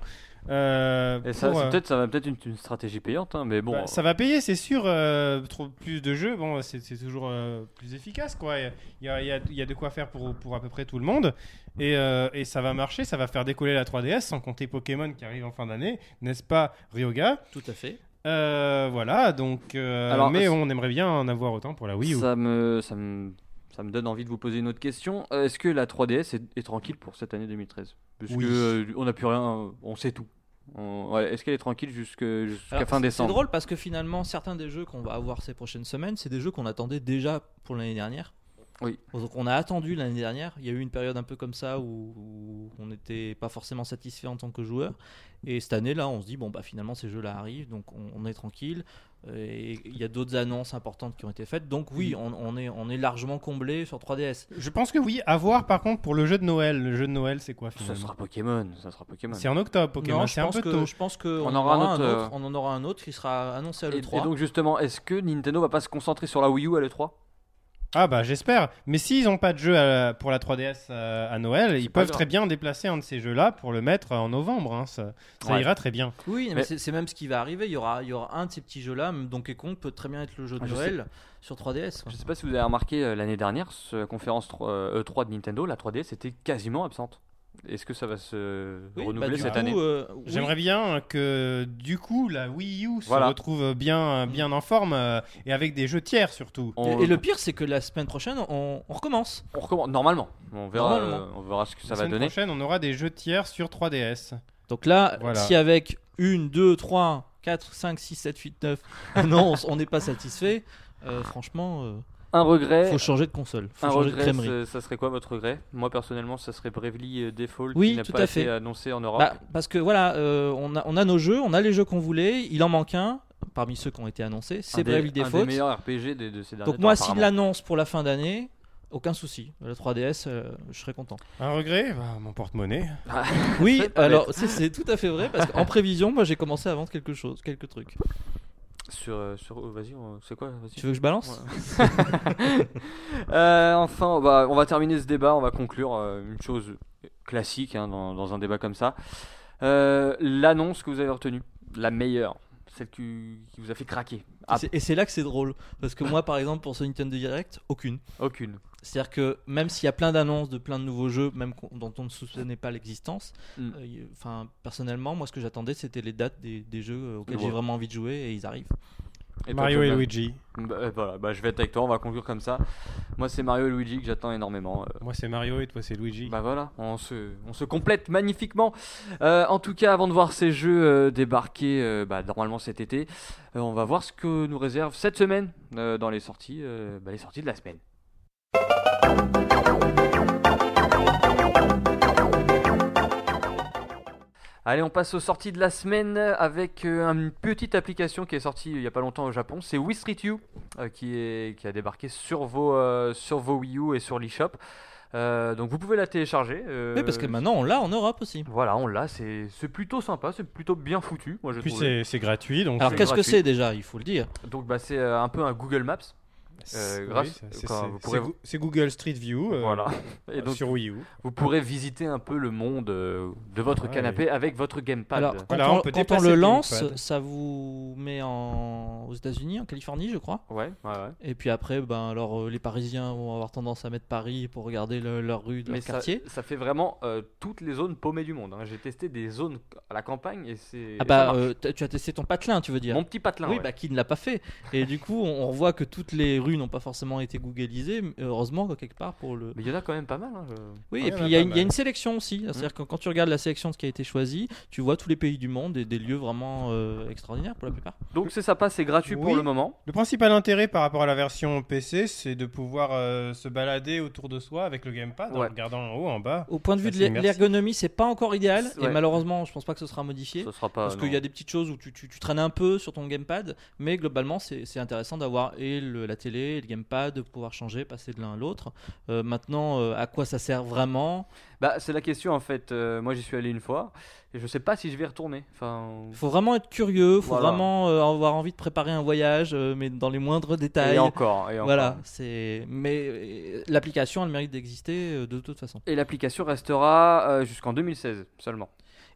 euh, Et ça, pour, c'est euh, peut-être, ça va peut-être une, une stratégie payante, hein, mais bon. bah, ça va payer, c'est sûr. euh, trop plus de jeux, bon, c'est c'est toujours euh, plus efficace, quoi. Il y a, il y a- il y a de quoi faire pour, pour à peu près tout le monde, et, euh, et ça va marcher, ça va faire décoller la 3DS, sans compter Pokémon qui arrive en fin d'année, n'est-ce pas, Ryoga Tout à fait. Euh, Voilà, donc. euh, Alors, mais euh, on aimerait bien en avoir autant pour la Wii U. ça me, ça me, ça me donne envie de vous poser une autre question. Euh, Est-ce que la 3DS est, est tranquille pour cette année 2013 Parce Oui. que euh, on n'a plus rien, euh, on sait tout. On- ouais, Est-ce qu'elle est tranquille jusque- jusqu'à Alors, fin c'est- décembre C'est drôle parce que finalement certains des jeux qu'on va avoir ces prochaines semaines, c'est des jeux qu'on attendait déjà pour l'année dernière. Oui. Donc on a attendu l'année dernière. Il y a eu une période un peu comme ça où, où on n'était pas forcément satisfait en tant que joueur. Et cette année là, on se dit bon bah finalement ces jeux-là arrivent, donc on, on est tranquille. Euh, Et il y a d'autres annonces importantes qui ont été faites. Donc Mm. oui, on, on est on est largement comblé sur 3DS. Je pense que oui, à voir par contre pour le jeu de Noël. Le jeu de Noël, c'est quoi Ça finalement sera Pokémon, ça sera Pokémon. C'est en octobre, Pokémon, Non, c'est je un pense peu que tôt. je pense que On on aura aura un autre, euh, On en aura un autre. Il sera annoncé à Et, le et 3. donc justement, est-ce que Nintendo va pas se concentrer sur la Wii U à l'E3 Ah bah j'espère. Mais s'ils n'ont pas de jeu à- pour la 3DS euh, à Noël, ils pas peuvent grave. très bien déplacer un de ces jeux-là pour le mettre en novembre. hein, Ça, ça Ouais. ira très bien. Oui, mais, Mais- c'est c'est même ce qui va arriver. Il y aura, il y aura un de ces petits jeux-là. même Donkey Kong peut très bien être le jeu de Ah, je Noël sur 3DS. quoi. Je sais pas si vous avez remarqué euh, l'année dernière, ce conférence 3, euh, E3 de Nintendo, la 3DS était quasiment absente. Est-ce que ça va se Oui, bah, renouveler du cette coup, année euh, oui. J'aimerais bien que du coup la Wii U se Voilà. retrouve bien, bien en forme euh, et avec des jeux tiers surtout. On- Et, et le pire, c'est que la semaine prochaine, on, on recommence. on recommence normalement. On verra, Normalement. euh, on verra ce que ça la va semaine donner. prochaine, on aura des jeux tiers sur 3DS. Donc là, Voilà. si avec une, deux, trois, quatre, cinq, six, sept, huit, neuf annonces, on n'est pas satisfait, euh, franchement, euh, Un regret. faut changer de console. Faut Un changer de regret, crèmerie. ce- ça serait quoi votre regret Moi personnellement, ça serait Bravely euh, Default Oui, qui n'a tout pas à été fait. annoncé en Europe. Bah, parce que voilà, euh, on, a, on a nos jeux, on a les jeux qu'on voulait, il en manque un parmi ceux qui ont été annoncés, Un c'est des- Bravely Un Default. des meilleurs RPG de, de ces derniers Donc temps, moi, s'il apparemment. l'annonce pour la fin d'année, aucun souci. La 3DS, euh, je serais content. Un regret Bah, Mon porte-monnaie. Oui, [laughs] C'est pas alors c'est- c'est tout à fait vrai parce qu'en prévision, moi j'ai commencé à vendre quelque chose, quelques trucs. Sur, euh, sur oh, vas-y, on- c'est quoi vas-y. Tu veux que je balance Euh, enfin, bah, on va terminer ce débat, on va conclure euh, une chose classique hein, dans, dans un débat comme ça. Euh, L'annonce que vous avez retenue, la meilleure, celle qui, qui vous a fait craquer. Ah. Et c'est- Et c'est là que c'est drôle parce que moi, par exemple, pour ce Nintendo Direct, aucune. Aucune. C'est-à-dire que même s'il y a plein d'annonces de plein de nouveaux jeux, même qu'on- dont on ne soupçonnait pas l'existence, Mm. euh, y- enfin personnellement, moi ce que j'attendais c'était les dates des, des jeux euh, auxquels Ouais. j'ai vraiment envie de jouer et ils arrivent. Et toi, Mario et Thomas Luigi. Bah, euh, voilà, bah, je vais être avec toi, on va conclure comme ça. Moi, c'est Mario et Luigi que j'attends énormément. euh, Moi c'est Mario et toi c'est Luigi. Bah voilà, on se, on se complète magnifiquement. Euh, en tout cas, avant de voir ces jeux euh, débarquer euh, bah, normalement cet été, euh, on va voir ce que nous réserve cette semaine euh, dans les sorties, euh, bah, les sorties de la semaine. Allez, on passe aux sorties de la semaine avec euh, une petite application qui est sortie il y a pas longtemps au Japon. C'est Wii Street U euh, qui, est, qui a débarqué sur vos, euh, sur vos Wii U et sur l'eShop. Euh, donc vous pouvez la télécharger. euh, Oui, parce que maintenant on l'a en Europe aussi. Voilà, on l'a. C'est c'est plutôt sympa, c'est plutôt bien foutu. Moi, je Puis trouve. c'est c'est gratuit donc. Alors c'est qu'est-ce que gratuit. c'est déjà Il faut le dire. Donc bah, c'est euh, un peu un Google Maps. c'est- euh, grâce- oui, c'est- c'est- quand vous pourrez- c'est Go- c'est Google Street View euh, [laughs] voilà. Et donc sur Wii U. vous pourrez visiter un peu le monde euh, de votre Ouais. canapé avec votre gamepad. Alors quand, Voilà, on, on peut quand on dépasser le le lance, gamepad. ça vous met en... aux États-Unis, en Californie, je crois. Ouais, ouais, ouais. Et puis après, ben alors euh, les Parisiens vont avoir tendance à mettre Paris pour regarder le- leur rue, leur Mais ça, quartier. ça fait vraiment euh, toutes les zones paumées du monde. hein. J'ai testé des zones à la campagne et c'est. Ah et ça bah marche. euh, t- tu as testé ton patelin, tu veux dire Mon petit patelin. Oui, ouais. bah qui ne l'a pas fait. Et du coup, on, on voit que toutes les rues n'ont pas forcément été googlisées, mais heureusement que quelque part pour le. Mais il y en a quand même pas mal. hein, je- Oui, Ouais, il et y en puis a il y, a pas une- il y a mal. une sélection aussi. C'est-à-dire que quand tu regardes la sélection de ce qui a été choisi, tu vois tous les pays du monde et des lieux vraiment euh, extraordinaires pour la plupart. Donc c'est sympa, c'est gratuit pour Oui. le moment. Le principal intérêt par rapport à la version PC, c'est de pouvoir euh, se balader autour de soi avec le gamepad en Ouais. regardant en haut, en bas. Au point de vue de Merci, l'er- merci. l'ergonomie, c'est pas encore idéal C'est- et ouais. malheureusement, je pense pas que ce sera modifié. Ce sera pas. Parce qu'il non. y a des petites choses où tu, tu- tu traînes un peu sur ton gamepad, mais globalement c'est c'est intéressant d'avoir et le- la télé, et le gamepad, de pouvoir changer, passer de l'un à l'autre. Euh, maintenant, euh, à quoi ça sert vraiment Bah, c'est la question en fait. Euh, moi, j'y suis allé une fois et je sais pas si je vais y retourner. Enfin, Il faut vraiment être curieux, il faut Voilà. vraiment euh, avoir envie de préparer un voyage, euh, mais dans les moindres détails. et encore, et encore. Voilà, c'est. Mais euh, l'application, elle mérite d'exister euh, de toute façon. Et l'application restera euh, jusqu'en 2016 seulement.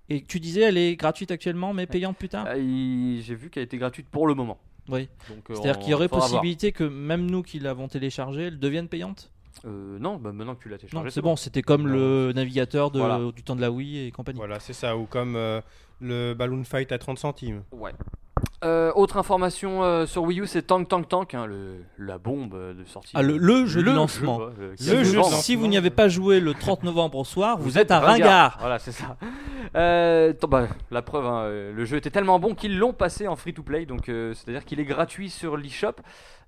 Et tu disais, elle est gratuite actuellement, mais payante plus tard. Ah, il- J'ai vu qu'elle était gratuite pour le moment. Oui. Donc, euh, C'est-à-dire on- qu'il y aurait faudra voir. possibilité que même nous qui l'avons téléchargée, elle devienne payante. Euh, non, bah, maintenant que tu l'as téléchargé. Non, c'est bon, c'était comme Non. le navigateur de- Voilà. du temps de la Wii et compagnie. Voilà, c'est ça. Ou comme euh, le Balloon Fight à 30 centimes. Ouais. Euh, autre information euh, sur Wii U, c'est Tank Tank Tank, hein, le, la bombe euh, de sortie. Ah, le- le jeu de lancement. ouais, le- Si qui a jeu fait vous- de vendre. lancement. Si vous n'y avez pas joué le 30 novembre au soir, vous êtes un ringard. Voilà, c'est ça. Euh, tant- bah, la preuve, hein, euh, le jeu était tellement bon qu'ils l'ont passé en free-to-play, donc euh, c'est-à-dire qu'il est gratuit sur l'eShop,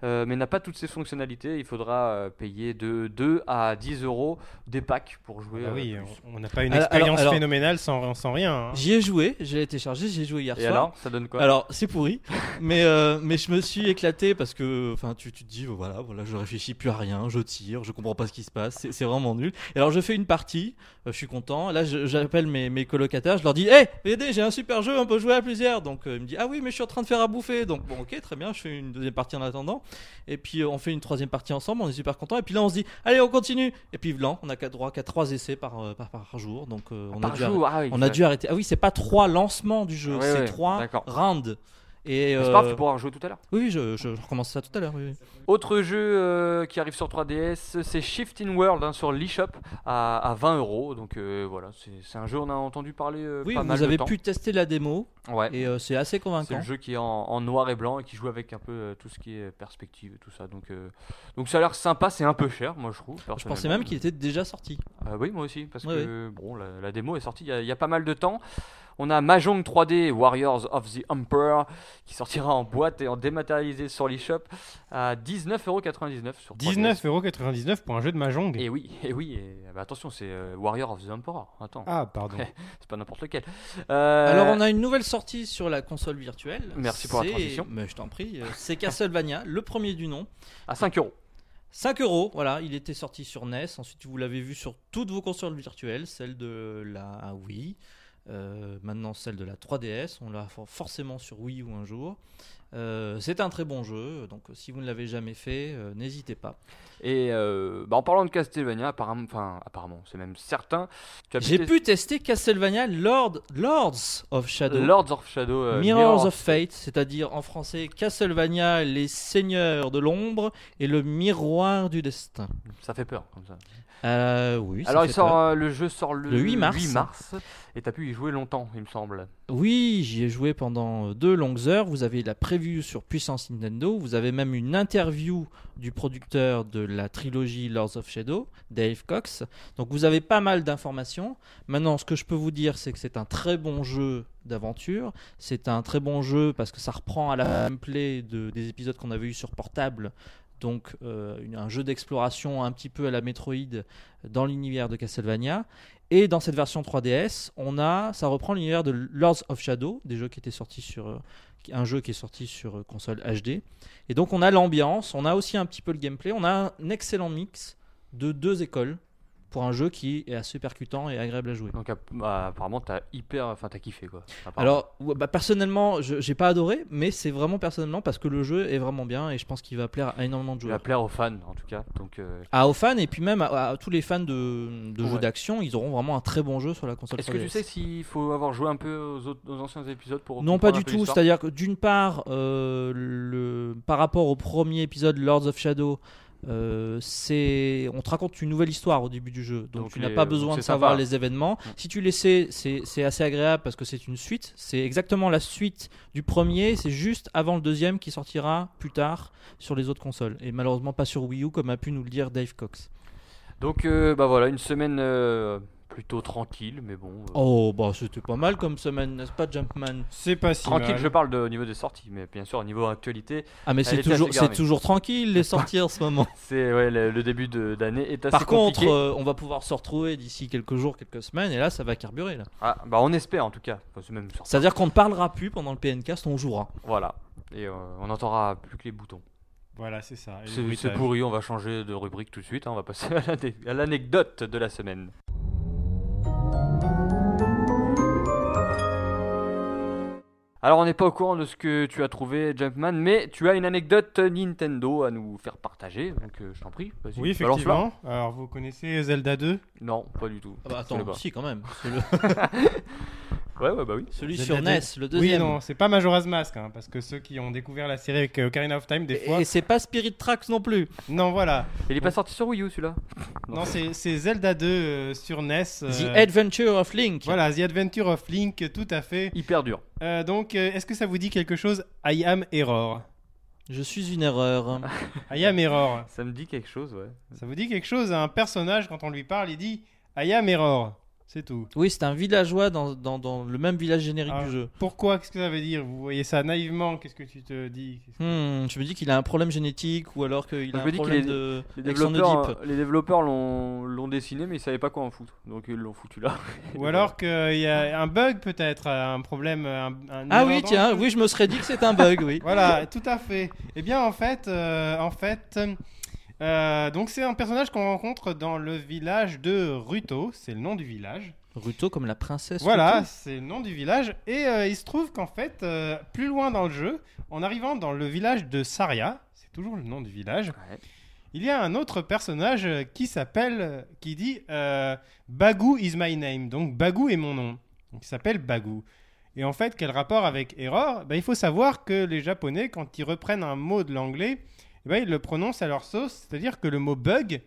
euh, mais n'a pas toutes ses fonctionnalités. Il faudra euh, payer de 2 à 10 euros des packs pour jouer. bah Ah euh, oui, plus. on on n'a pas une Alors- expérience alors- phénoménale sans, sans rien. hein. J'y ai joué, j'ai téléchargé, j'y ai joué hier Et soir. alors, ça donne quoi Alors, c'est pourri, mais, euh, mais je me suis éclaté parce que enfin, tu, tu te dis, oh, voilà, voilà, je réfléchis plus à rien, je tire, je comprends pas ce qui se passe, c'est- c'est vraiment nul. Et alors, je fais une partie, euh, je suis content, là, je- j'appelle mes, mes colocataires, je leur dis, hé, VD, j'ai un super jeu, on peut jouer à plusieurs. Donc, euh, il me dit, ah oui, mais je suis en train de faire à bouffer. Donc, bon, ok, très bien, je fais une deuxième partie en attendant. Et puis, euh, on fait une troisième partie ensemble, on est super content. Et puis là, on se dit, allez, on continue. Et puis, blanc, on a quatre- droit qu'à trois essais par, euh, par, par jour. Donc, euh, on a Par dû jour, ah oui, on a c'est- dû arrêter. Ah oui, c'est pas trois lancements du jeu, Ouais, c'est ouais, trois d'accord. rounds. Et Mais euh, C'est pas grave, tu pourras rejouer tout à l'heure. oui, oui, je, je recommence ça tout à l'heure. oui, oui. Autre jeu euh, qui arrive sur 3DS, c'est Shifting World hein, sur l'eShop à, à 20 euros. Donc euh, voilà, c'est c'est un jeu, on a entendu parler euh, Oui, pas mal vous de avez temps. pu tester la démo Ouais. et euh, c'est assez C'est convaincant. le jeu qui est en, en noir et blanc et qui joue avec un peu euh, tout ce qui est perspective et tout ça. Donc, euh, donc ça a l'air sympa, c'est un peu cher, moi je trouve. Je pensais même qu'il était déjà sorti. personnellement. Euh, oui, moi aussi, parce Ouais, que bon, la, la démo est sortie il y a- il y, a pas mal de temps. On a Mahjong 3D Warriors of the Emperor qui sortira en boîte et en dématérialisé sur l'eShop à 19,99€ sur 3DS. 19,99€ pour un jeu de Mahjong. Et oui, et oui, et, ah bah, attention, c'est euh, Warrior of the Emperor. Attends, Ah, pardon. c'est pas n'importe lequel. Euh, Alors, on a une nouvelle sortie sur la console virtuelle. Merci pour la C'est- transition. Mais je t'en prie. euh, C'est Castlevania, [laughs] le premier du nom. à 5 euros. 5 euros, voilà, il était sorti sur NES. Ensuite, vous l'avez vu sur toutes vos consoles virtuelles, celle de la Wii, euh, maintenant celle de la 3DS. On l'a for- forcément sur Wii ou un jour. Euh, c'est un très bon jeu, donc euh, si vous ne l'avez jamais fait, euh, n'hésitez pas. Et euh, bah, en parlant de Castlevania, apparemment, enfin apparemment, c'est même certain. tu as J'ai testé pu tester Castlevania Lord, Lords of Shadow. Lords of Shadow, euh, Mirrors, of Fate, c'est-à-dire en français Castlevania, les seigneurs de l'ombre et le miroir du destin. ça fait peur comme ça. Euh, oui, ça Alors fait il sort, peur. euh, le jeu sort le, Le 8 mars. mars, et t'as pu y jouer longtemps, il me semble. Oui, j'y ai joué pendant euh, deux longues heures. Vous avez la preview sur Puissance Nintendo. Vous avez même une interview du producteur de la trilogie Lords of Shadow, Dave Cox. Donc vous avez pas mal d'informations. Maintenant, ce que je peux vous dire, c'est que c'est un très bon jeu d'aventure. C'est un très bon jeu parce que ça reprend à la gameplay de, des épisodes qu'on avait eu sur portable. Donc euh, une- un jeu d'exploration un petit peu à la Metroid dans l'univers de Castlevania. Et dans cette version 3DS, on a, ça reprend l'univers de Lords of Shadow, des jeux qui étaient sortis sur, euh, qui- un jeu qui est sorti sur euh, console HD. Et donc on a l'ambiance, on a aussi un petit peu le gameplay, on a un excellent mix de deux écoles pour un jeu qui est assez percutant et agréable à jouer. Donc app- bah, apparemment t'as hyper, enfin t'as kiffé quoi. apparemment. Alors, ouais, bah, personnellement, je- j'ai pas adoré, mais c'est vraiment personnellement parce que le jeu est vraiment bien et je pense qu'il va plaire à énormément de il va joueurs. plaire aux fans en tout cas. Donc euh, À aux fans et puis même à, à tous les fans de, de Ouais. jeux d'action, ils auront vraiment un très bon jeu sur la console. est-ce que tu 3DS. sais s'il faut avoir joué un peu aux, autres- aux anciens épisodes pour Non, comprendre pas un du peu tout. l'histoire C'est-à-dire que d'une part, euh, le... par rapport au premier épisode Lords of Shadow, euh, c'est on te raconte une nouvelle histoire au début du jeu, donc, Donc tu n'as les- pas donc besoin c'est de savoir sympa. les événements. Mm. Si tu les sais, c'est c'est assez agréable parce que c'est une suite. C'est exactement la suite du premier. C'est juste avant le deuxième qui sortira plus tard sur les autres consoles et malheureusement pas sur Wii U comme a pu nous le dire Dave Cox. Donc euh, bah voilà, une semaine euh, plutôt tranquille, mais bon. euh, Oh bah c'était pas mal comme semaine, n'est-ce pas Jumpman [laughs] C'est pas si Tranquille, mal. je parle de, au niveau des sorties, mais bien sûr au niveau actualité, Ah mais Elle c'est était toujours assez c'est garnie. toujours tranquille les sorties en ce moment. c'est ouais, le, le début de- d'année est assez Par contre, compliqué. euh, on va pouvoir se retrouver d'ici quelques jours, quelques semaines, et là, ça va carburer. là. Ah, bah on espère en tout cas. Enfin, c'est même sûr. C'est-à-dire qu'on ne parlera plus pendant le PNcast, on jouera. Voilà. Et euh, on n'entendra plus que les boutons. Voilà, c'est ça. Et euh, le C'est c'est bruitage. pourri, on va changer de rubrique tout de suite. hein, on va passer à l'ane- à l'anecdote de la semaine. Alors on n'est pas au courant de ce que tu as trouvé Jumpman, mais tu as une anecdote Nintendo à nous faire partager, donc euh, je t'en prie. vas-y, Oui, balance-la. effectivement. Alors, vous connaissez Zelda 2 Non, pas du tout. Ah bah Je connais attends, pas. si quand même. C'est le- Ouais, ouais, bah oui. celui Zelda sur NES, le Oui, deuxième. non, c'est pas Majora's Mask, hein, parce que ceux qui ont découvert la série avec euh, Ocarina of Time, des fois. et et c'est pas Spirit Tracks non plus. Non, voilà. Il est pas sorti sur Wii U celui-là. Non, c'est c'est Zelda 2 euh, sur NES. euh, The Adventure of Link. Voilà, The Adventure of Link, tout à fait. Hyper dur. Euh, donc, euh, est-ce que ça vous dit quelque chose I am Error. Je suis une erreur. I am Error. Ça me dit quelque chose, ouais. Ça vous dit quelque chose à un personnage quand on lui parle, il dit I am Error. C'est tout. Oui, c'est un villageois dans, dans- dans le même village générique Ah. du jeu. Pourquoi Qu'est-ce que ça veut dire Vous voyez ça naïvement Qu'est-ce que tu te dis Qu'est-ce que- Hmm, je me dis qu'il a un problème génétique ou alors qu'il Je a me un dis problème qu'il est- de... Les avec son développeurs, Oedipe. euh, les développeurs l'ont l'ont dessiné, mais ils savaient pas quoi en foutre. Donc ils l'ont foutu là. Ou alors qu'il y a un bug peut-être, un problème. un- un Ah erreur oui, dans- tiens, oui, je me serais dit que c'est un bug, oui. Voilà, tout à fait. Eh bien, en fait, euh, en fait, euh, donc c'est un personnage qu'on rencontre dans le village de Ruto. C'est le nom du village. Ruto comme la princesse. Voilà, Ruto. c'est le nom du village. Et euh, il se trouve qu'en fait, euh, plus loin dans le jeu, en arrivant dans le village de Saria, c'est toujours le nom du village, Ouais. il y a un autre personnage euh, qui s'appelle, euh, qui dit euh, Bagou is my name. Donc Bagou est mon nom. Donc il s'appelle Bagou. Et en fait, quel rapport avec Error Ben, Il faut savoir que les Japonais, quand ils reprennent un mot de l'anglais, eh ben, ils le prononcent à leur sauce. C'est-à-dire que le mot bug,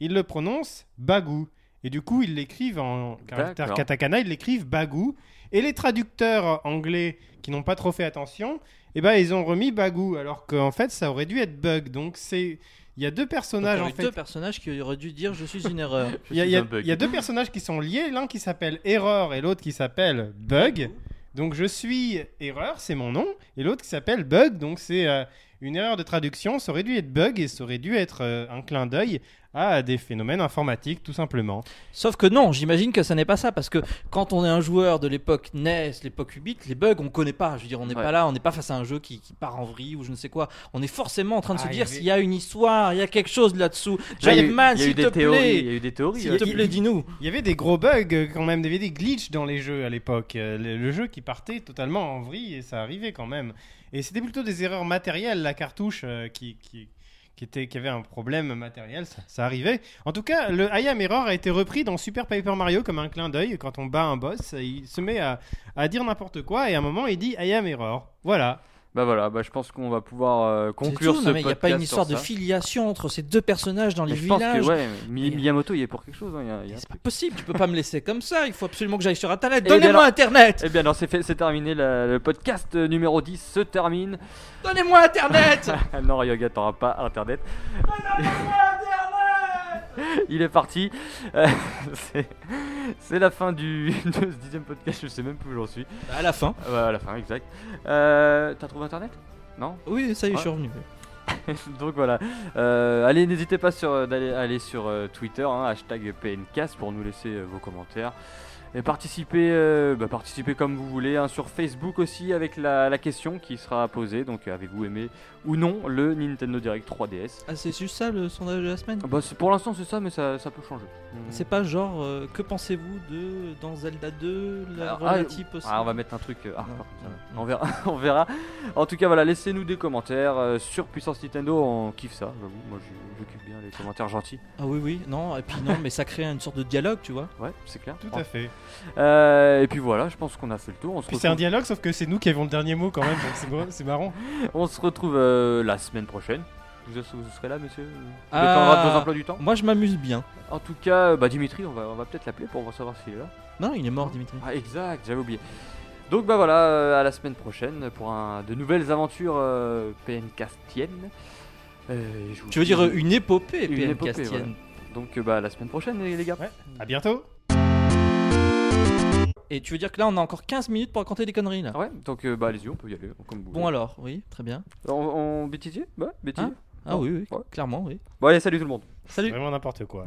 ils le prononcent Bagou. Et du coup, ils l'écrivent en caractère D'accord. katakana, ils l'écrivent Bagou. Et les traducteurs anglais qui n'ont pas trop fait attention, eh ben, ils ont remis Bagou, alors qu'en fait, ça aurait dû être Bug. Donc, c'est... Il y a deux Donc, il personnages, y en a eu deux fait. personnages qui auraient dû dire je suis une erreur. [laughs] Je Il y, a- suis il y a- un bug. il y a deux personnages qui sont liés, l'un qui s'appelle Error et l'autre qui s'appelle Bug. Donc je suis Erreur, c'est mon nom, et l'autre qui s'appelle Bug, donc c'est euh, une erreur de traduction, ça aurait dû être Bug et ça aurait dû être euh, un clin d'œil à des phénomènes informatiques tout simplement. Sauf que non, j'imagine que ça n'est pas ça parce que quand on est un joueur de l'époque NES, l'époque 8 les bugs on connaît pas. Je veux dire, on n'est Ouais. pas là, on n'est pas face à un jeu qui, qui part en vrille ou je ne sais quoi. On est forcément en train de Ah, se il y dire avait- s'il y a une histoire, il y a quelque chose là-dessous. Là, il y a J'arrive eu- mal, il y a eu s'il des te théories. Il y plaît. a eu des théories. S'il euh, te qui- plaît, dis-nous. Il y avait des gros bugs euh, quand même, il y avait des glitches dans les jeux à l'époque. Euh, Le, le jeu qui partait totalement en vrille et ça arrivait quand même. Et c'était plutôt des erreurs matérielles, la cartouche euh, qui, qui, qui était, qui avait un problème matériel, ça, ça arrivait. En tout cas, le I am Error a été repris dans Super Paper Mario comme un clin d'œil. Quand on bat un boss, il se met à, à dire n'importe quoi et à un moment il dit I am Error. Voilà. Bah voilà, bah, je pense qu'on va pouvoir euh, conclure C'est tout, ce non, mais Il podcast. n'y a pas une histoire sur de ça. filiation entre ces deux personnages dans les Mais je pense villages. que ouais, mais Mi- Mais- Miyamoto il est pour quelque chose. hein, il y a- il y Mais a- C'est pas possible, tu peux pas me laisser comme ça. Il faut absolument que j'aille sur Et Internet. dès Donnez-moi lors- Internet Eh bien, alors c'est fait, c'est terminé. la- le podcast euh, numéro 10 se termine. [laughs] Donnez-moi Internet Ah non, Ryoga, t'auras pas internet. Il est parti. Euh, [laughs] c'est- c'est la fin du [laughs] de ce dixième podcast. Je sais même plus où j'en suis. À la fin. Ah bah, à la fin, exact. Euh, T'as trouvé internet Non Oui, ça y est, je suis revenu. [laughs] Donc voilà. Euh, allez, n'hésitez pas sur- d'aller aller sur euh, Twitter, hein, hashtag PNCast pour nous laisser euh, vos commentaires. Et participez, euh, bah, participez comme vous voulez, hein, sur Facebook aussi avec la, la question qui sera posée. Donc euh, avez-vous aimé ou non le Nintendo Direct 3DS Ah, c'est juste ça le sondage de la semaine Ah bah, c'est- Pour l'instant c'est ça, mais ça, ça peut changer. Hmm. Mm. C'est pas genre euh, que pensez-vous de dans Zelda 2 la Alors, ah, relative possible Ah, on va mettre un truc. euh, ah, Non, par contre, ça va. non. On verra, [laughs] on verra. En tout cas, voilà, laissez-nous des commentaires euh, sur Puissance Nintendo. On kiffe ça, j'avoue. Moi, je, je kiffe bien les commentaires gentils. Ah oui oui non et puis non mais ça crée une sorte de dialogue tu vois. Ouais, c'est clair. Tout En- à fait. Euh, et puis voilà, je pense qu'on a fait le tour. On se Puis c'est un retrouve, dialogue, sauf que c'est nous qui avons le dernier mot quand même, donc c'est gros- c'est marrant. on se retrouve euh, la semaine prochaine. Vous, êtes- vous serez là, monsieur Vous Ah. dépendra de vos emplois du temps Moi je m'amuse bien. En tout cas, euh, bah, Dimitri, on va, on va peut-être l'appeler pour savoir s'il est là. Non il est mort Dimitri. Ah, exact, j'avais oublié. Donc, bah voilà, euh, à la semaine prochaine pour un- de nouvelles aventures euh, PNcastiennes. Euh, et je vous Tu veux dis- dire euh, une épopée Une PN épopée, Castienne. Donc, euh, bah, à la semaine prochaine, les les gars. Ouais, à bientôt. Et tu veux dire que là on a encore 15 minutes pour raconter des conneries là. Ouais, donc, euh, bah, allez-y, on peut y aller. Comme vous Bon voulez. alors oui très bien. On, on bêtisier Bah, bêtisier. Hein Ah oui oui Ouais. clairement oui. Bon, allez, salut tout le monde. Salut. Vraiment n'importe quoi.